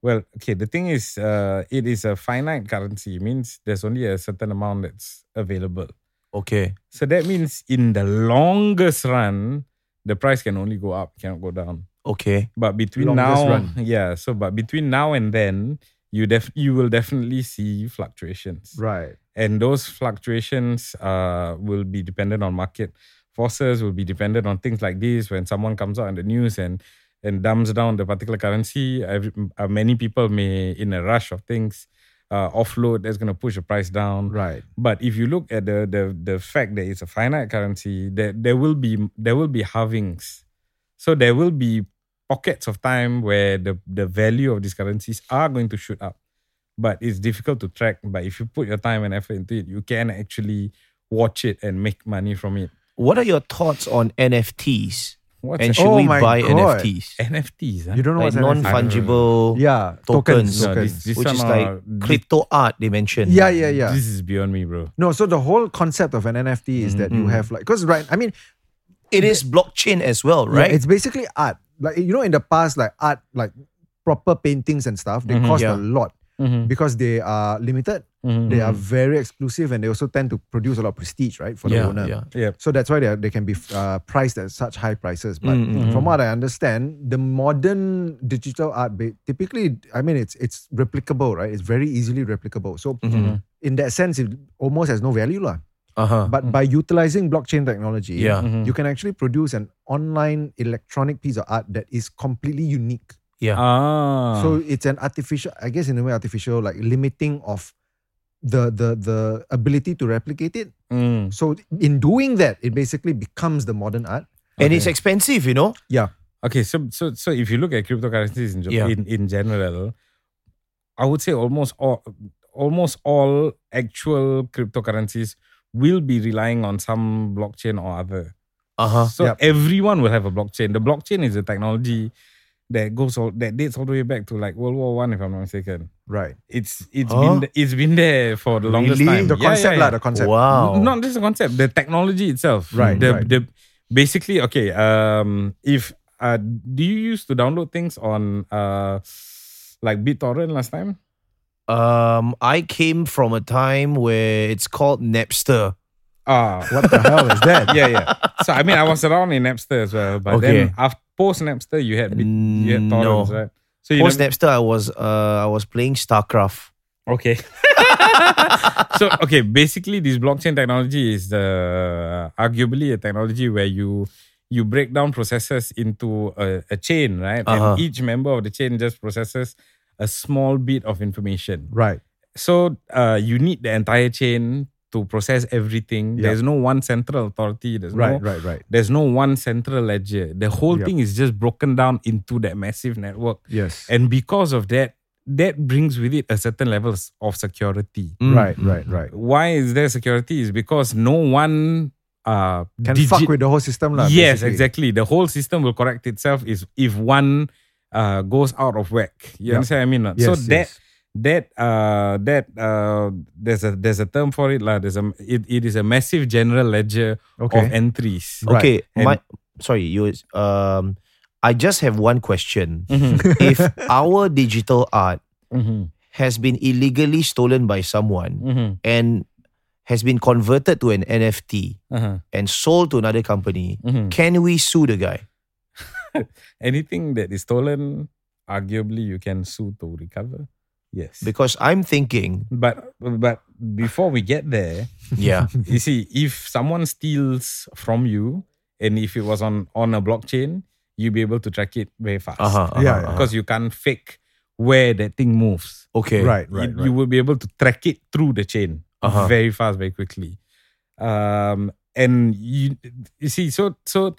[SPEAKER 3] Well, okay, the thing is, uh, it is a finite currency, means there's only a certain amount that's available.
[SPEAKER 1] Okay.
[SPEAKER 3] So that means in the longest run, the price can only go up, cannot go down.
[SPEAKER 1] Okay.
[SPEAKER 3] But between
[SPEAKER 2] Longest
[SPEAKER 3] now,
[SPEAKER 2] run.
[SPEAKER 3] yeah. So, but between now and then, you def you will definitely see fluctuations,
[SPEAKER 2] Right.
[SPEAKER 3] and those fluctuations uh will be dependent on market forces, will be dependent on things like this. When someone comes out in the news and and dumbs down the particular currency, every, uh, many people may, in a rush of things, uh, offload. That's going to push the price down,
[SPEAKER 2] Right.
[SPEAKER 3] but if you look at the the, the fact that it's a finite currency, there, there will be there will be halvings. So there will be pockets of time where the, the value of these currencies are going to shoot up. But it's difficult to track. But if you put your time and effort into it, you can actually watch it and make money from it.
[SPEAKER 1] What are your thoughts on NFTs?
[SPEAKER 3] What's Oh,
[SPEAKER 1] And
[SPEAKER 3] a-
[SPEAKER 1] should
[SPEAKER 2] Oh
[SPEAKER 1] we
[SPEAKER 2] my
[SPEAKER 1] buy
[SPEAKER 2] God.
[SPEAKER 1] NFTs?
[SPEAKER 3] NFTs? Huh?
[SPEAKER 2] You don't know
[SPEAKER 1] Like
[SPEAKER 2] what's happening.
[SPEAKER 1] non fungible
[SPEAKER 2] Yeah,
[SPEAKER 1] tokens,
[SPEAKER 2] tokens.
[SPEAKER 3] No,
[SPEAKER 2] tokens.
[SPEAKER 3] this, this
[SPEAKER 1] which
[SPEAKER 3] one uh,
[SPEAKER 1] is
[SPEAKER 3] are-
[SPEAKER 1] like crypto art, they mentioned.
[SPEAKER 2] yeah, yeah, yeah.
[SPEAKER 3] This is beyond me, bro.
[SPEAKER 2] No, so the whole concept of an NFT is that you
[SPEAKER 1] Mm-hmm.
[SPEAKER 2] have like because right, I mean,
[SPEAKER 1] It is blockchain as well,
[SPEAKER 2] yeah,
[SPEAKER 1] right?
[SPEAKER 2] it's basically art. Like you know, in the past, like art, like proper paintings and stuff, they cost
[SPEAKER 1] Mm-hmm, Yeah. Mm-hmm.
[SPEAKER 2] a lot because they are limited. They are very exclusive, and they also tend to produce a lot of prestige, right, for the
[SPEAKER 1] yeah,
[SPEAKER 2] owner.
[SPEAKER 1] yeah.
[SPEAKER 3] Yep.
[SPEAKER 2] So that's why they, are, they can be uh, priced at such high prices. But from what I understand, the modern digital art ba- typically, I mean, it's it's replicable, right? It's very easily replicable. So in that sense, it almost has no value, lah.
[SPEAKER 1] Uh-huh.
[SPEAKER 2] But Mm-hmm. by utilizing blockchain technology,
[SPEAKER 1] Yeah.
[SPEAKER 2] you can actually produce an online electronic piece of art that is completely unique.
[SPEAKER 1] yeah.
[SPEAKER 3] Ah.
[SPEAKER 2] So it's an artificial, I guess in a way artificial, like limiting of the the the ability to replicate it.
[SPEAKER 3] Mm.
[SPEAKER 2] So in doing that, it basically becomes the modern art.
[SPEAKER 1] And it's expensive, you know?
[SPEAKER 2] Yeah.
[SPEAKER 3] Okay, so so so if you look at cryptocurrencies in ge-
[SPEAKER 1] Yeah.
[SPEAKER 3] in, in general, I would say almost all almost all actual cryptocurrencies will be relying on some blockchain or other.
[SPEAKER 1] Uh-huh.
[SPEAKER 3] So
[SPEAKER 2] Yep.
[SPEAKER 3] everyone will have a blockchain. The blockchain is a technology that goes all that dates all the way back to like World War One, if I'm not mistaken.
[SPEAKER 2] Right.
[SPEAKER 3] It's it's
[SPEAKER 1] Huh?
[SPEAKER 3] been it's been there for the longest
[SPEAKER 1] Really?
[SPEAKER 3] time.
[SPEAKER 2] The
[SPEAKER 3] Yeah,
[SPEAKER 2] concept,
[SPEAKER 3] yeah,
[SPEAKER 2] lah,
[SPEAKER 3] yeah.
[SPEAKER 2] the concept.
[SPEAKER 1] Wow.
[SPEAKER 3] N- Not just the concept, the technology itself.
[SPEAKER 2] Right,
[SPEAKER 3] The,
[SPEAKER 2] right.
[SPEAKER 3] the basically okay. Um, if uh, do you used to download things on uh, like BitTorrent last time?
[SPEAKER 1] Um, I came from a time where it's called Napster.
[SPEAKER 3] Ah,
[SPEAKER 2] What the hell is that?
[SPEAKER 3] yeah, yeah. So I mean, I was around in Napster as well, but
[SPEAKER 1] Okay.
[SPEAKER 3] then after post Napster, you had Bit, you had
[SPEAKER 1] No.
[SPEAKER 3] torrents, right? So you
[SPEAKER 1] Post
[SPEAKER 3] never-
[SPEAKER 1] Napster, I was uh I was playing StarCraft.
[SPEAKER 3] okay. so okay, basically, this blockchain technology is the arguably a technology where you you break down processes into a, a chain, right?
[SPEAKER 1] Uh-huh.
[SPEAKER 3] And each member of the chain just processes a small bit of information.
[SPEAKER 2] Right.
[SPEAKER 3] So uh, you need the entire chain to process everything.
[SPEAKER 2] Yeah.
[SPEAKER 3] There's no one central authority. There's no
[SPEAKER 2] Right. Right. Right.
[SPEAKER 3] there's no one central ledger. The whole
[SPEAKER 2] Yep.
[SPEAKER 3] thing is just broken down into that massive network.
[SPEAKER 2] Yes.
[SPEAKER 3] And because of that, that brings with it a certain levels of security.
[SPEAKER 2] Right. Right. Right.
[SPEAKER 3] Why is there security? Is because no one uh
[SPEAKER 2] Can
[SPEAKER 3] digi-
[SPEAKER 2] fuck with the whole system, lah.
[SPEAKER 3] Yes,
[SPEAKER 2] basically.
[SPEAKER 3] exactly. The whole system will correct itself is if one uh goes out of whack. You
[SPEAKER 2] Yeah.
[SPEAKER 3] understand what I mean? or not?
[SPEAKER 2] Yes,
[SPEAKER 3] so that
[SPEAKER 2] yes.
[SPEAKER 3] that uh that uh there's a there's a term for it, lah. There's a it, it is a massive general ledger
[SPEAKER 2] Okay.
[SPEAKER 3] of entries.
[SPEAKER 2] Right.
[SPEAKER 1] Okay,
[SPEAKER 3] And-
[SPEAKER 1] my sorry, you um I just have one question.
[SPEAKER 3] Mm-hmm.
[SPEAKER 1] if our digital art has been illegally stolen by someone
[SPEAKER 3] Mm-hmm.
[SPEAKER 1] and has been converted to an NFT
[SPEAKER 3] Uh-huh.
[SPEAKER 1] and sold to another company,
[SPEAKER 3] Mm-hmm.
[SPEAKER 2] Mm.
[SPEAKER 1] can we sue the guy?
[SPEAKER 3] anything that is stolen, arguably you can sue to recover. Yes.
[SPEAKER 1] Because I'm thinking,
[SPEAKER 3] but but before we get there,
[SPEAKER 1] yeah,
[SPEAKER 3] you see, if someone steals from you, and if it was on on a blockchain, you'll be able to track it very fast.
[SPEAKER 1] uh-huh, uh-huh,
[SPEAKER 2] Yeah,
[SPEAKER 1] uh-huh.
[SPEAKER 3] Because you can't fake where that thing moves.
[SPEAKER 1] okay,
[SPEAKER 2] Right.
[SPEAKER 3] You-
[SPEAKER 2] Right.
[SPEAKER 3] you,
[SPEAKER 2] right.
[SPEAKER 3] will be able to track it through the chain
[SPEAKER 1] Uh-huh.
[SPEAKER 3] very fast, very quickly. Um, and you, you see, so so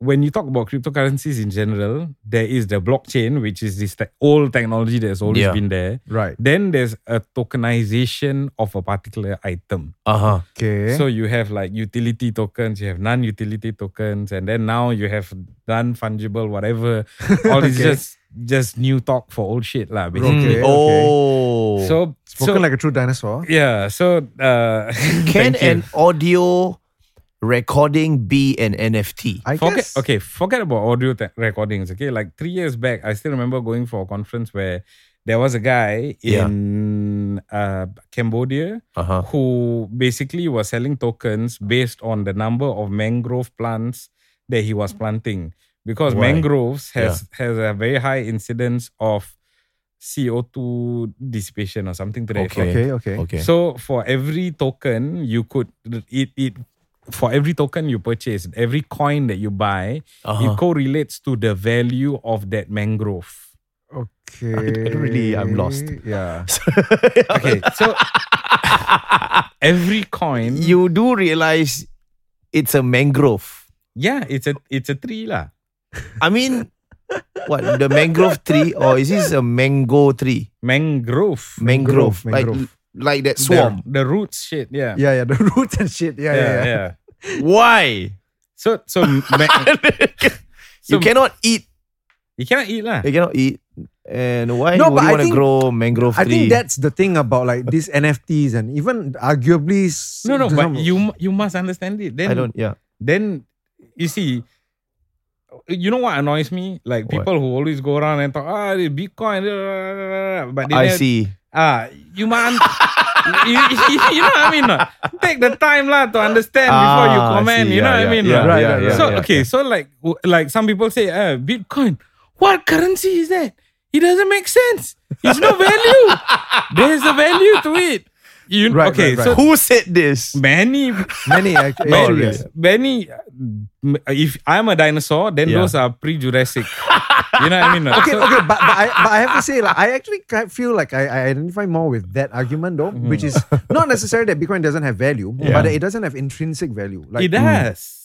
[SPEAKER 3] when you talk about cryptocurrencies in general, there is the blockchain, which is this te- old technology that's always
[SPEAKER 1] Yeah.
[SPEAKER 3] been there.
[SPEAKER 2] Right.
[SPEAKER 3] Then there's a tokenization of a particular item.
[SPEAKER 1] Uh huh.
[SPEAKER 2] Okay.
[SPEAKER 3] So you have like utility tokens, you have non-utility tokens, and then now you have non-fungible whatever. All is
[SPEAKER 2] Okay.
[SPEAKER 3] just just new talk for old shit, lah.
[SPEAKER 2] Okay,
[SPEAKER 3] Basically.
[SPEAKER 2] okay.
[SPEAKER 1] Oh.
[SPEAKER 3] So so,
[SPEAKER 2] Spoken like a true dinosaur.
[SPEAKER 3] yeah. So uh,
[SPEAKER 1] can
[SPEAKER 3] thank you.
[SPEAKER 1] an audio recording be an NFT?
[SPEAKER 2] I
[SPEAKER 3] Forget,
[SPEAKER 2] guess.
[SPEAKER 3] okay, forget about audio te- recordings. Okay, like three years back, I still remember going for a conference where there was a guy
[SPEAKER 1] Yeah.
[SPEAKER 3] in uh, Cambodia
[SPEAKER 1] Uh huh.
[SPEAKER 3] who basically was selling tokens based on the number of mangrove plants that he was planting because
[SPEAKER 1] Why?
[SPEAKER 3] mangroves has has a very high incidence of CO two dissipation or something to that effect.
[SPEAKER 1] Okay.
[SPEAKER 2] Okay. Okay.
[SPEAKER 1] Okay.
[SPEAKER 3] So for every token, you could it it for every token you purchase, every coin that you buy,
[SPEAKER 1] Uh-huh.
[SPEAKER 3] it correlates to the value of that mangrove.
[SPEAKER 2] Okay.
[SPEAKER 1] really- I'm lost.
[SPEAKER 2] Yeah.
[SPEAKER 3] Okay, so every coin,
[SPEAKER 1] you do realize it's a mangrove.
[SPEAKER 3] yeah, it's a it's a tree lah.
[SPEAKER 1] I mean, what the mangrove tree or is this a mango tree?
[SPEAKER 3] Mangrove,
[SPEAKER 1] Mangrove,
[SPEAKER 2] Mangrove,
[SPEAKER 1] like
[SPEAKER 2] mangrove.
[SPEAKER 1] like that
[SPEAKER 3] the,
[SPEAKER 1] swamp.
[SPEAKER 3] the roots shit, yeah,
[SPEAKER 2] Yeah. Yeah. The roots and shit. Yeah. Yeah.
[SPEAKER 3] yeah.
[SPEAKER 2] yeah.
[SPEAKER 3] yeah.
[SPEAKER 1] Why?
[SPEAKER 3] So so ma-
[SPEAKER 1] you
[SPEAKER 3] So-
[SPEAKER 1] cannot eat.
[SPEAKER 3] you cannot eat lah.
[SPEAKER 1] You cannot eat. And why
[SPEAKER 2] No,
[SPEAKER 1] would
[SPEAKER 2] but
[SPEAKER 1] you
[SPEAKER 2] I
[SPEAKER 1] want to
[SPEAKER 2] think-
[SPEAKER 1] grow mangrove
[SPEAKER 2] I
[SPEAKER 1] tree?
[SPEAKER 2] think that's the thing about like these NFTs and even arguably. s-
[SPEAKER 3] No no,
[SPEAKER 2] some-
[SPEAKER 3] but you mu- you must understand it. Then
[SPEAKER 1] I don't. Yeah.
[SPEAKER 3] then you see you know what annoys me like
[SPEAKER 1] What?
[SPEAKER 3] people who always go around and talk ah the bitcoin da, da, da, da, da," but they
[SPEAKER 1] I
[SPEAKER 3] never-
[SPEAKER 1] see.
[SPEAKER 3] ah you man you, you- you know what I mean or not? take the time lah to understand before you
[SPEAKER 1] Ah, I
[SPEAKER 3] comment
[SPEAKER 1] see.
[SPEAKER 3] you
[SPEAKER 1] Yeah,
[SPEAKER 3] know what
[SPEAKER 1] yeah,
[SPEAKER 3] I mean
[SPEAKER 1] yeah,
[SPEAKER 3] or not?
[SPEAKER 1] Right, yeah, right, yeah,
[SPEAKER 3] so
[SPEAKER 1] yeah,
[SPEAKER 3] okay so like w- like some people say ah bitcoin what currency is that it doesn't make sense it's no value there's a value to it you
[SPEAKER 2] Right,
[SPEAKER 3] okay
[SPEAKER 2] right, right.
[SPEAKER 3] so
[SPEAKER 1] Who said this?
[SPEAKER 3] many
[SPEAKER 2] many actually.
[SPEAKER 3] Benny,
[SPEAKER 2] yes.
[SPEAKER 3] Benny, m- if I'm a dinosaur, then
[SPEAKER 1] Yeah.
[SPEAKER 3] those are pre-Jurassic. you know what I mean?
[SPEAKER 2] Okay,
[SPEAKER 3] So-
[SPEAKER 2] okay, but, but, I, but I have to say, like, I actually kind of feel like I, I identify more with that argument, though, which is not necessarily that Bitcoin doesn't have value, but that it doesn't have intrinsic value. Like, mm.
[SPEAKER 3] it does.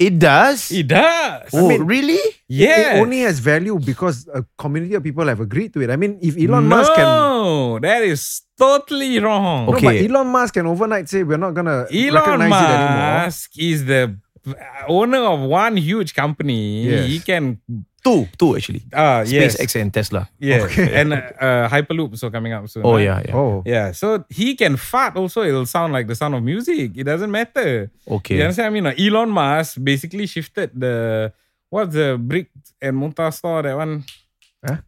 [SPEAKER 1] It does.
[SPEAKER 3] It does.
[SPEAKER 1] oh, really?
[SPEAKER 3] yeah.
[SPEAKER 2] It only has value because a community of people have agreed to it. I mean, if Elon Musk can. No,
[SPEAKER 3] No, that is totally wrong.
[SPEAKER 1] Okay.
[SPEAKER 2] but Elon Musk can overnight say we're not gonna
[SPEAKER 3] Elon
[SPEAKER 2] Oh, recognize it anymore.
[SPEAKER 3] Musk is the uh, owner of one huge company.
[SPEAKER 2] Yes.
[SPEAKER 3] He can,
[SPEAKER 1] Two, two actually.
[SPEAKER 3] uh, yes,
[SPEAKER 1] SpaceX and Tesla.
[SPEAKER 3] yeah, and uh, uh, Hyperloop are coming up soon.
[SPEAKER 1] Oh
[SPEAKER 3] right?
[SPEAKER 1] yeah, yeah.
[SPEAKER 2] Oh,
[SPEAKER 3] Yeah, so he can fart also, it'll sound like the sound of music. It doesn't matter.
[SPEAKER 1] Okay.
[SPEAKER 3] You understand? what I mean, Elon Musk basically shifted the what's the brick and mortar store that one.
[SPEAKER 2] Huh?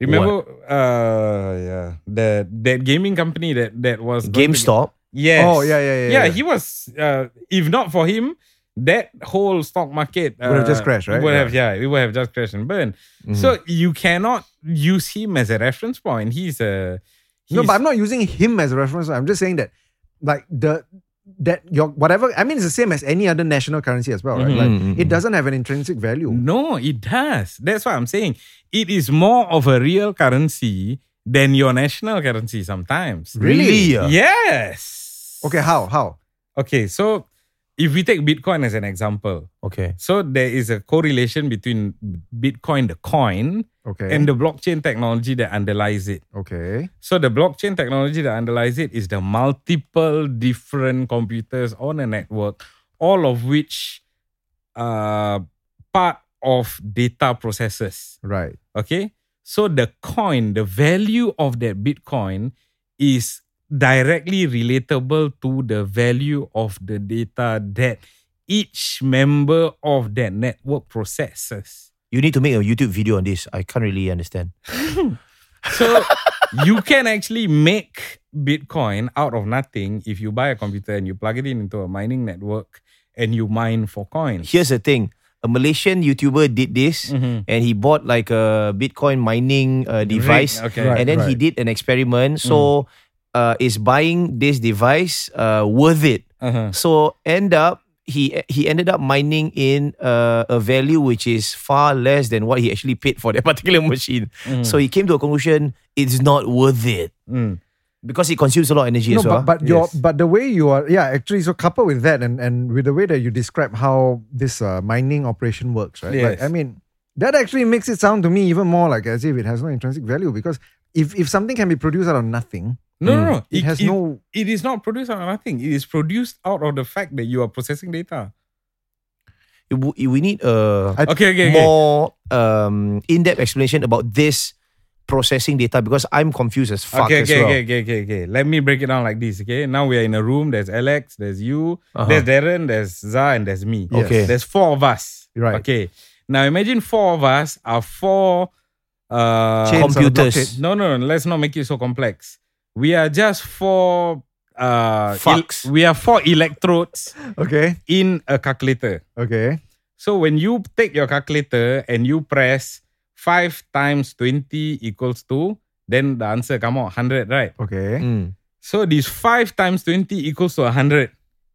[SPEAKER 3] Remember, uh, yeah, the that gaming company that that was going to-
[SPEAKER 1] GameStop.
[SPEAKER 3] Yes.
[SPEAKER 2] Oh, yeah, yeah, yeah,
[SPEAKER 3] Yeah,
[SPEAKER 2] yeah.
[SPEAKER 3] he was. Uh, if not for him, that whole stock market uh,
[SPEAKER 2] Would have just crashed, right?
[SPEAKER 3] Would
[SPEAKER 2] Yeah. Mm-hmm.
[SPEAKER 3] have, yeah, it would have just crashed and burned. So you cannot use him as a reference point. He's a
[SPEAKER 2] no,
[SPEAKER 3] he's-
[SPEAKER 2] but I'm not using him as a reference. I'm just saying that, like the that your whatever. I mean, it's the same as any other national currency as well, right?
[SPEAKER 1] Mhm.
[SPEAKER 2] Like
[SPEAKER 1] Mhm.
[SPEAKER 2] it doesn't have an intrinsic value.
[SPEAKER 3] No, it does. That's what I'm saying. It is more of a real currency than your national currency sometimes.
[SPEAKER 1] Really? Yeah.
[SPEAKER 3] Yes.
[SPEAKER 2] Okay, how how?
[SPEAKER 3] Okay, so if we take Bitcoin as an example,
[SPEAKER 1] Okay.
[SPEAKER 3] so there is a correlation between Bitcoin, the coin,
[SPEAKER 2] Okay,
[SPEAKER 3] and the blockchain technology that underlies it.
[SPEAKER 2] okay,
[SPEAKER 3] So the blockchain technology that underlies it is the multiple different computers on a network, all of which are part of data processes.
[SPEAKER 2] right.
[SPEAKER 3] Okay. So the coin, the value of that Bitcoin is directly relatable to the value of the data that each member of that network processes.
[SPEAKER 1] You need to make a YouTube video on this. I can't really understand.
[SPEAKER 3] So you can actually make Bitcoin out of nothing if you buy a computer and you plug it in into a mining network and you mine for coins.
[SPEAKER 1] Here's the thing. A Malaysian YouTuber did this
[SPEAKER 3] Mhm.
[SPEAKER 1] and he bought like a Bitcoin mining uh, device.
[SPEAKER 3] Okay.
[SPEAKER 1] and then he did an experiment. So, uh, is buying this device uh, worth it?
[SPEAKER 3] Uh-huh.
[SPEAKER 1] So, end up he he ended up mining in uh, a value which is far less than what he actually paid for that particular machine. So he came to a conclusion: it's not worth it.
[SPEAKER 3] Mm. Mm.
[SPEAKER 1] because it consumes a lot of energy
[SPEAKER 2] No,
[SPEAKER 1] as well.
[SPEAKER 2] but, but your
[SPEAKER 3] Yes.
[SPEAKER 2] but the way you are, yeah, actually, so coupled with that, and and with the way that you describe how this uh, mining operation works, right? Like,
[SPEAKER 3] Yes.
[SPEAKER 2] I mean, that actually makes it sound to me even more like as if it has no intrinsic value because if if something can be produced out of nothing,
[SPEAKER 3] No, no, no.
[SPEAKER 2] Hmm. it, has no.
[SPEAKER 3] It is not produced out of nothing. It is produced out of the fact that you are processing data.
[SPEAKER 1] It wo- it- we need a
[SPEAKER 2] I-
[SPEAKER 3] Okay, okay, okay.
[SPEAKER 1] more um, in-depth explanation about this processing data because I'm confused as fuck
[SPEAKER 3] okay,
[SPEAKER 1] as
[SPEAKER 3] okay,
[SPEAKER 1] well.
[SPEAKER 3] okay, okay, okay, okay. Let me break it down like this. Okay, now we are in a room. There's Alex, there's you,
[SPEAKER 1] Uh-huh.
[SPEAKER 3] there's Darren, there's Za, and there's me.
[SPEAKER 2] Yes. Okay.
[SPEAKER 3] there's four of us.
[SPEAKER 2] Right.
[SPEAKER 3] Okay. Now imagine four of us are four. Uh,
[SPEAKER 2] Chains on the
[SPEAKER 1] computers.
[SPEAKER 2] blockchain.
[SPEAKER 3] no, no, no. Let's not make it so complex. We are just four. Uh,
[SPEAKER 1] Fucks.
[SPEAKER 3] we are four electrodes
[SPEAKER 2] Okay,
[SPEAKER 3] in a calculator.
[SPEAKER 2] okay,
[SPEAKER 3] So when you take your calculator and you press 5 times 20 equals to, then the answer come out 100, right?
[SPEAKER 2] okay.
[SPEAKER 1] Mm.
[SPEAKER 3] So this 5 times 20 equals to 100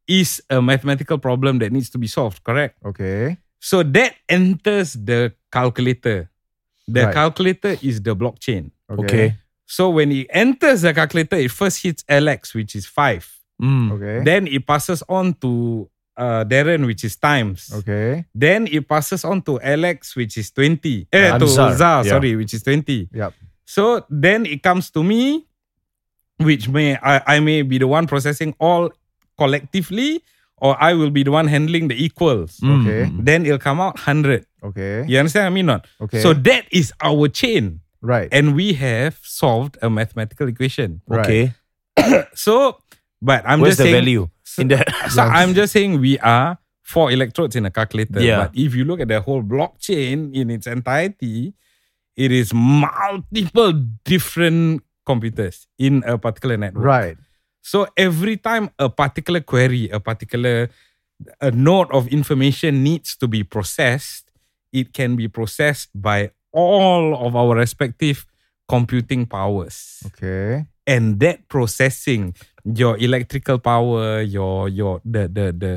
[SPEAKER 3] is a mathematical problem that needs to be solved, correct?
[SPEAKER 2] Okay.
[SPEAKER 3] So that enters the calculator. The
[SPEAKER 2] Right.
[SPEAKER 3] calculator is the blockchain.
[SPEAKER 2] Okay.
[SPEAKER 3] So when it enters the calculator, it first hits Alex, which is 5.
[SPEAKER 1] Mm.
[SPEAKER 2] Okay.
[SPEAKER 3] Then it passes on to uh, Darren, which is times.
[SPEAKER 2] okay.
[SPEAKER 3] Then it passes on to Alex, which is 20. Eh, to
[SPEAKER 1] Ansar,
[SPEAKER 3] Zah,
[SPEAKER 1] yeah.
[SPEAKER 3] sorry, which is 20.
[SPEAKER 2] Yep.
[SPEAKER 3] So then it comes to me, which may I, I may be the one processing all collectively, or I will be the one handling the equals.
[SPEAKER 1] Mm.
[SPEAKER 2] Okay.
[SPEAKER 3] Then it'll come out 100.
[SPEAKER 2] Okay.
[SPEAKER 3] You understand what I mean? Not?
[SPEAKER 2] Okay.
[SPEAKER 3] So that is our chain.
[SPEAKER 2] Right.
[SPEAKER 3] And we have solved a mathematical equation.
[SPEAKER 2] Right.
[SPEAKER 1] Okay.
[SPEAKER 3] So, but I'm
[SPEAKER 1] Where's
[SPEAKER 3] just
[SPEAKER 1] the
[SPEAKER 3] saying,
[SPEAKER 1] value in that?
[SPEAKER 3] So I'm just saying we are four electrodes in a calculator.
[SPEAKER 1] Yeah.
[SPEAKER 3] But if you look at the whole blockchain in its entirety, it is multiple different computers in a particular network.
[SPEAKER 2] Right.
[SPEAKER 3] So every time a particular query, a particular a node of information needs to be processed, it can be processed by all of our respective computing powers
[SPEAKER 2] Okay.
[SPEAKER 3] and that processing your electrical power your your the the the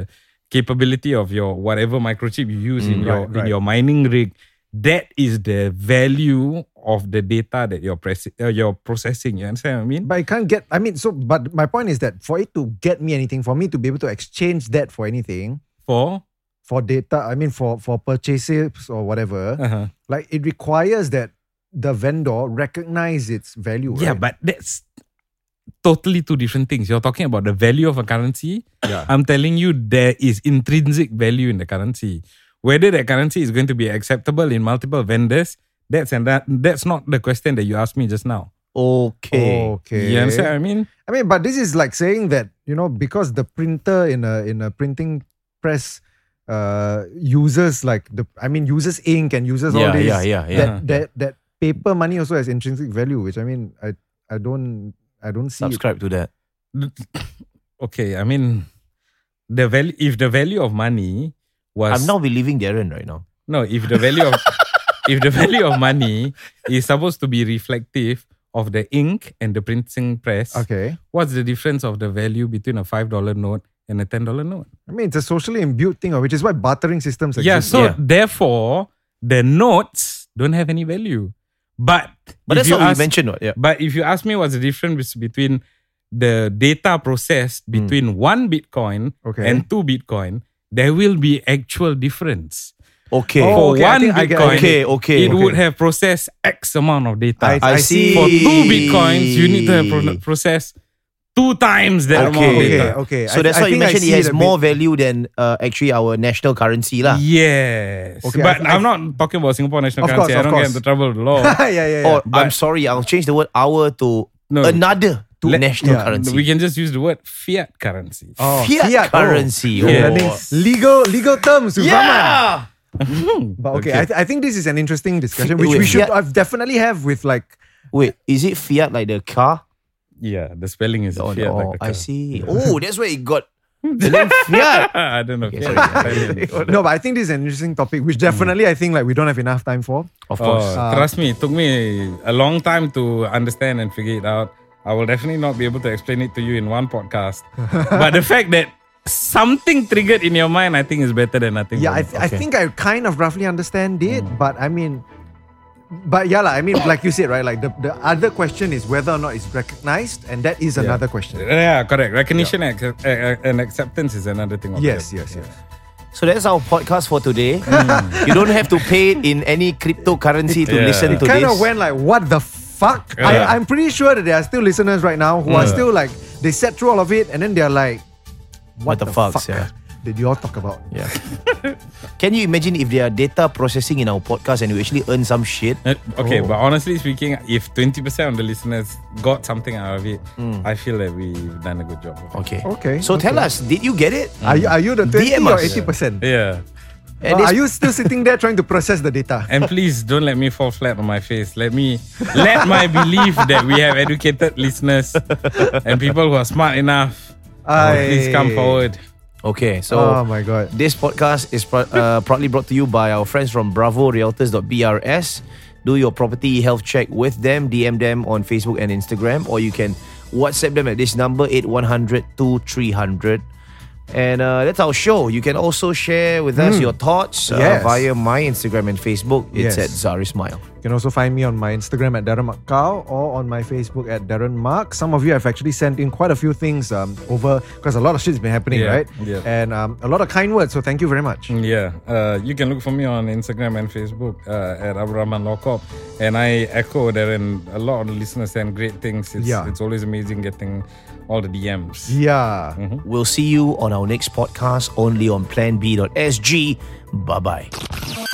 [SPEAKER 3] capability of your whatever microchip you use in your
[SPEAKER 2] Mm, right,
[SPEAKER 3] in your mining rig that is the value of the data that you're press- uh, you're processing you understand what i mean
[SPEAKER 2] But I can't get. I mean, so but my point is that for it to get me anything, for me to be able to exchange that for anything,
[SPEAKER 3] for
[SPEAKER 2] for data, I mean for for purchases or whatever,
[SPEAKER 3] uh-huh.
[SPEAKER 2] like it requires that the vendor recognize its value.
[SPEAKER 3] yeah
[SPEAKER 2] right?
[SPEAKER 3] but that's totally two different things you're talking about the value of a currency
[SPEAKER 2] Yeah.
[SPEAKER 3] i'm telling you there is intrinsic value in the currency whether that currency is going to be acceptable in multiple vendors that's and that that's not the question that you asked me just now
[SPEAKER 1] okay.
[SPEAKER 2] okay.
[SPEAKER 3] You understand what I mean?
[SPEAKER 2] I mean, but this is like saying that you know because the printer in a in a printing press uh uses like the I mean uses ink and uses all
[SPEAKER 1] Yeah,
[SPEAKER 2] these
[SPEAKER 1] yeah, yeah, yeah.
[SPEAKER 3] Uh-huh.
[SPEAKER 2] that that that paper money also has intrinsic value, which I mean I I don't I don't see it.
[SPEAKER 1] Subscribe to that.
[SPEAKER 3] Okay, I mean, the value if the value of money was
[SPEAKER 1] I'm now believing Darren right now.
[SPEAKER 3] no if the value of if the value of money is supposed to be reflective of the ink and the printing press.
[SPEAKER 2] Okay.
[SPEAKER 3] what's the difference of the value between a five dollar note and a ten dollar note?
[SPEAKER 2] I mean, it's a socially imbued thing, which is why bartering systems exist.
[SPEAKER 3] yeah, so
[SPEAKER 1] Yeah.
[SPEAKER 3] therefore the notes don't have any value, but
[SPEAKER 1] But that's
[SPEAKER 3] if you
[SPEAKER 1] what we
[SPEAKER 3] ask-
[SPEAKER 1] mentioned. What? Yeah.
[SPEAKER 3] But if you ask me what's the difference between the data processed between one Bitcoin
[SPEAKER 2] Hmm. Okay.
[SPEAKER 3] and two Bitcoin, there will be actual difference.
[SPEAKER 1] Okay.
[SPEAKER 2] Oh,
[SPEAKER 3] For
[SPEAKER 2] okay, I
[SPEAKER 3] one
[SPEAKER 2] think I get-
[SPEAKER 3] Bitcoin,
[SPEAKER 1] okay. Okay.
[SPEAKER 3] it
[SPEAKER 1] okay.
[SPEAKER 3] would have processed X amount of data.
[SPEAKER 2] I-
[SPEAKER 1] I
[SPEAKER 2] I
[SPEAKER 1] see.
[SPEAKER 2] see.
[SPEAKER 3] For two Bitcoins, you need to have pro- processed two times that amount of
[SPEAKER 1] Okay.
[SPEAKER 3] data.
[SPEAKER 2] okay, okay.
[SPEAKER 1] So
[SPEAKER 2] I-
[SPEAKER 1] that's
[SPEAKER 2] I
[SPEAKER 1] why you
[SPEAKER 2] think I
[SPEAKER 1] mentioned it
[SPEAKER 2] see
[SPEAKER 1] has
[SPEAKER 2] the
[SPEAKER 1] more
[SPEAKER 2] bit-
[SPEAKER 1] value than uh, actually our national currency lah.
[SPEAKER 3] Yes.
[SPEAKER 2] Okay,
[SPEAKER 3] but I,
[SPEAKER 2] I-
[SPEAKER 3] am not talking about Singapore national
[SPEAKER 2] Of course,
[SPEAKER 3] currency. I
[SPEAKER 2] of
[SPEAKER 3] don't get
[SPEAKER 2] course.
[SPEAKER 3] into trouble with the law.
[SPEAKER 2] yeah, yeah, yeah.
[SPEAKER 1] Or I'm sorry, I'll change the word "our" to
[SPEAKER 3] No.
[SPEAKER 1] another
[SPEAKER 3] Let-
[SPEAKER 1] national
[SPEAKER 2] yeah,
[SPEAKER 1] currency.
[SPEAKER 3] we can just use the word fiat currency.
[SPEAKER 2] Oh,
[SPEAKER 1] fiat,
[SPEAKER 2] fiat. Oh.
[SPEAKER 1] currency.
[SPEAKER 3] Yeah.
[SPEAKER 1] Oh.
[SPEAKER 3] Learning-
[SPEAKER 2] legal legal terms. Usama.
[SPEAKER 1] Yeah.
[SPEAKER 2] But okay, I, th- I think this is an interesting discussion,
[SPEAKER 1] Fi-
[SPEAKER 2] which we
[SPEAKER 1] wait,
[SPEAKER 2] should
[SPEAKER 1] fiat-
[SPEAKER 2] uh, definitely have with like.
[SPEAKER 1] Wait, is it fiat like the car?
[SPEAKER 3] yeah, the spelling is
[SPEAKER 1] Oh,
[SPEAKER 3] fiat.
[SPEAKER 1] oh,
[SPEAKER 3] like the
[SPEAKER 1] I
[SPEAKER 3] car.
[SPEAKER 1] see. Oh, that's where it got. The name fiat.
[SPEAKER 3] I don't know.
[SPEAKER 1] Okay,
[SPEAKER 3] fiat
[SPEAKER 1] sorry.
[SPEAKER 3] is Italian.
[SPEAKER 2] No, but I think this is an interesting topic, which definitely
[SPEAKER 3] Mm.
[SPEAKER 2] I think like we don't have enough time for.
[SPEAKER 1] Of course.
[SPEAKER 3] Oh,
[SPEAKER 2] Uh,
[SPEAKER 3] trust me, it took me a long time to understand and figure it out. I will definitely not be able to explain it to you in one podcast. but the fact that something triggered in your mind, I think, is better than nothing.
[SPEAKER 2] Yeah, I,
[SPEAKER 3] for me. Mm.
[SPEAKER 2] I think I kind of roughly understand it, but I mean, But yeah, lah. I mean, like you said, right? Like the, the other question is whether or not it's recognized, and that is another question.
[SPEAKER 3] Yeah, correct. Recognition ac- a- a- and acceptance is another thing. altogether.
[SPEAKER 2] Yes, yes, yes.
[SPEAKER 1] So that's our podcast for today.
[SPEAKER 2] Mm.
[SPEAKER 1] you don't have to pay in any cryptocurrency to
[SPEAKER 3] Yeah.
[SPEAKER 1] listen to
[SPEAKER 2] Kind
[SPEAKER 1] this.
[SPEAKER 2] of went like, what the fuck?
[SPEAKER 3] Yeah.
[SPEAKER 2] I, I'm pretty sure that there are still listeners right now who are still like, they sat through all of it, and then they're like,
[SPEAKER 1] What
[SPEAKER 2] what,
[SPEAKER 1] the fucks, yeah.
[SPEAKER 2] did you all talk about?
[SPEAKER 1] Yeah. Can you imagine if there are data processing in our podcast and we actually earn some shit?
[SPEAKER 3] Uh, Okay,
[SPEAKER 2] Oh.
[SPEAKER 3] but honestly speaking, if 20% of the listeners got something out of it,
[SPEAKER 2] Hmm.
[SPEAKER 3] I feel that we've done a good job. of it.
[SPEAKER 1] Okay.
[SPEAKER 2] Okay,
[SPEAKER 1] So tell
[SPEAKER 2] okay.
[SPEAKER 1] us, did you get it?
[SPEAKER 2] Are you, are you the 20
[SPEAKER 1] DM
[SPEAKER 2] or
[SPEAKER 1] us.
[SPEAKER 2] 80%?
[SPEAKER 3] Yeah.
[SPEAKER 1] And
[SPEAKER 2] Or
[SPEAKER 1] this-
[SPEAKER 2] are you still sitting there trying to process the data?
[SPEAKER 3] And please don't let me fall flat on my face. Let me let my belief that we have educated listeners and people who are smart enough. uh, Please come
[SPEAKER 2] Aye.
[SPEAKER 3] forward.
[SPEAKER 1] Okay. So.
[SPEAKER 2] oh my god.
[SPEAKER 1] This podcast is pro- uh, proudly brought to you by our friends from bravorealtors.brs. Do your property health check with them. DM them on Facebook and Instagram, or you can WhatsApp them at this number 8100 2300. And uh, that's our show. You can also share with us your thoughts uh,
[SPEAKER 2] Hmm. Yes.
[SPEAKER 1] via my Instagram and Facebook. It's
[SPEAKER 2] Yes.
[SPEAKER 1] at Zari Smile.
[SPEAKER 2] You can also find me on my Instagram at Darren Macau or on my Facebook at Darren Mark. Some of you have actually sent in quite a few things um, over because a lot of shit's been happening,
[SPEAKER 3] Yeah,
[SPEAKER 2] right?
[SPEAKER 3] yeah.
[SPEAKER 2] And um, a lot of kind words, so thank you very much.
[SPEAKER 3] Yeah, uh, you can look for me on Instagram and Facebook uh, at Abraman Lokop. And I echo there, and a lot of the listeners saying great things. It's,
[SPEAKER 2] Yeah.
[SPEAKER 3] it's always amazing getting all the DMs.
[SPEAKER 2] Yeah.
[SPEAKER 1] We'll see you on our next podcast only on planb.sg. Bye bye.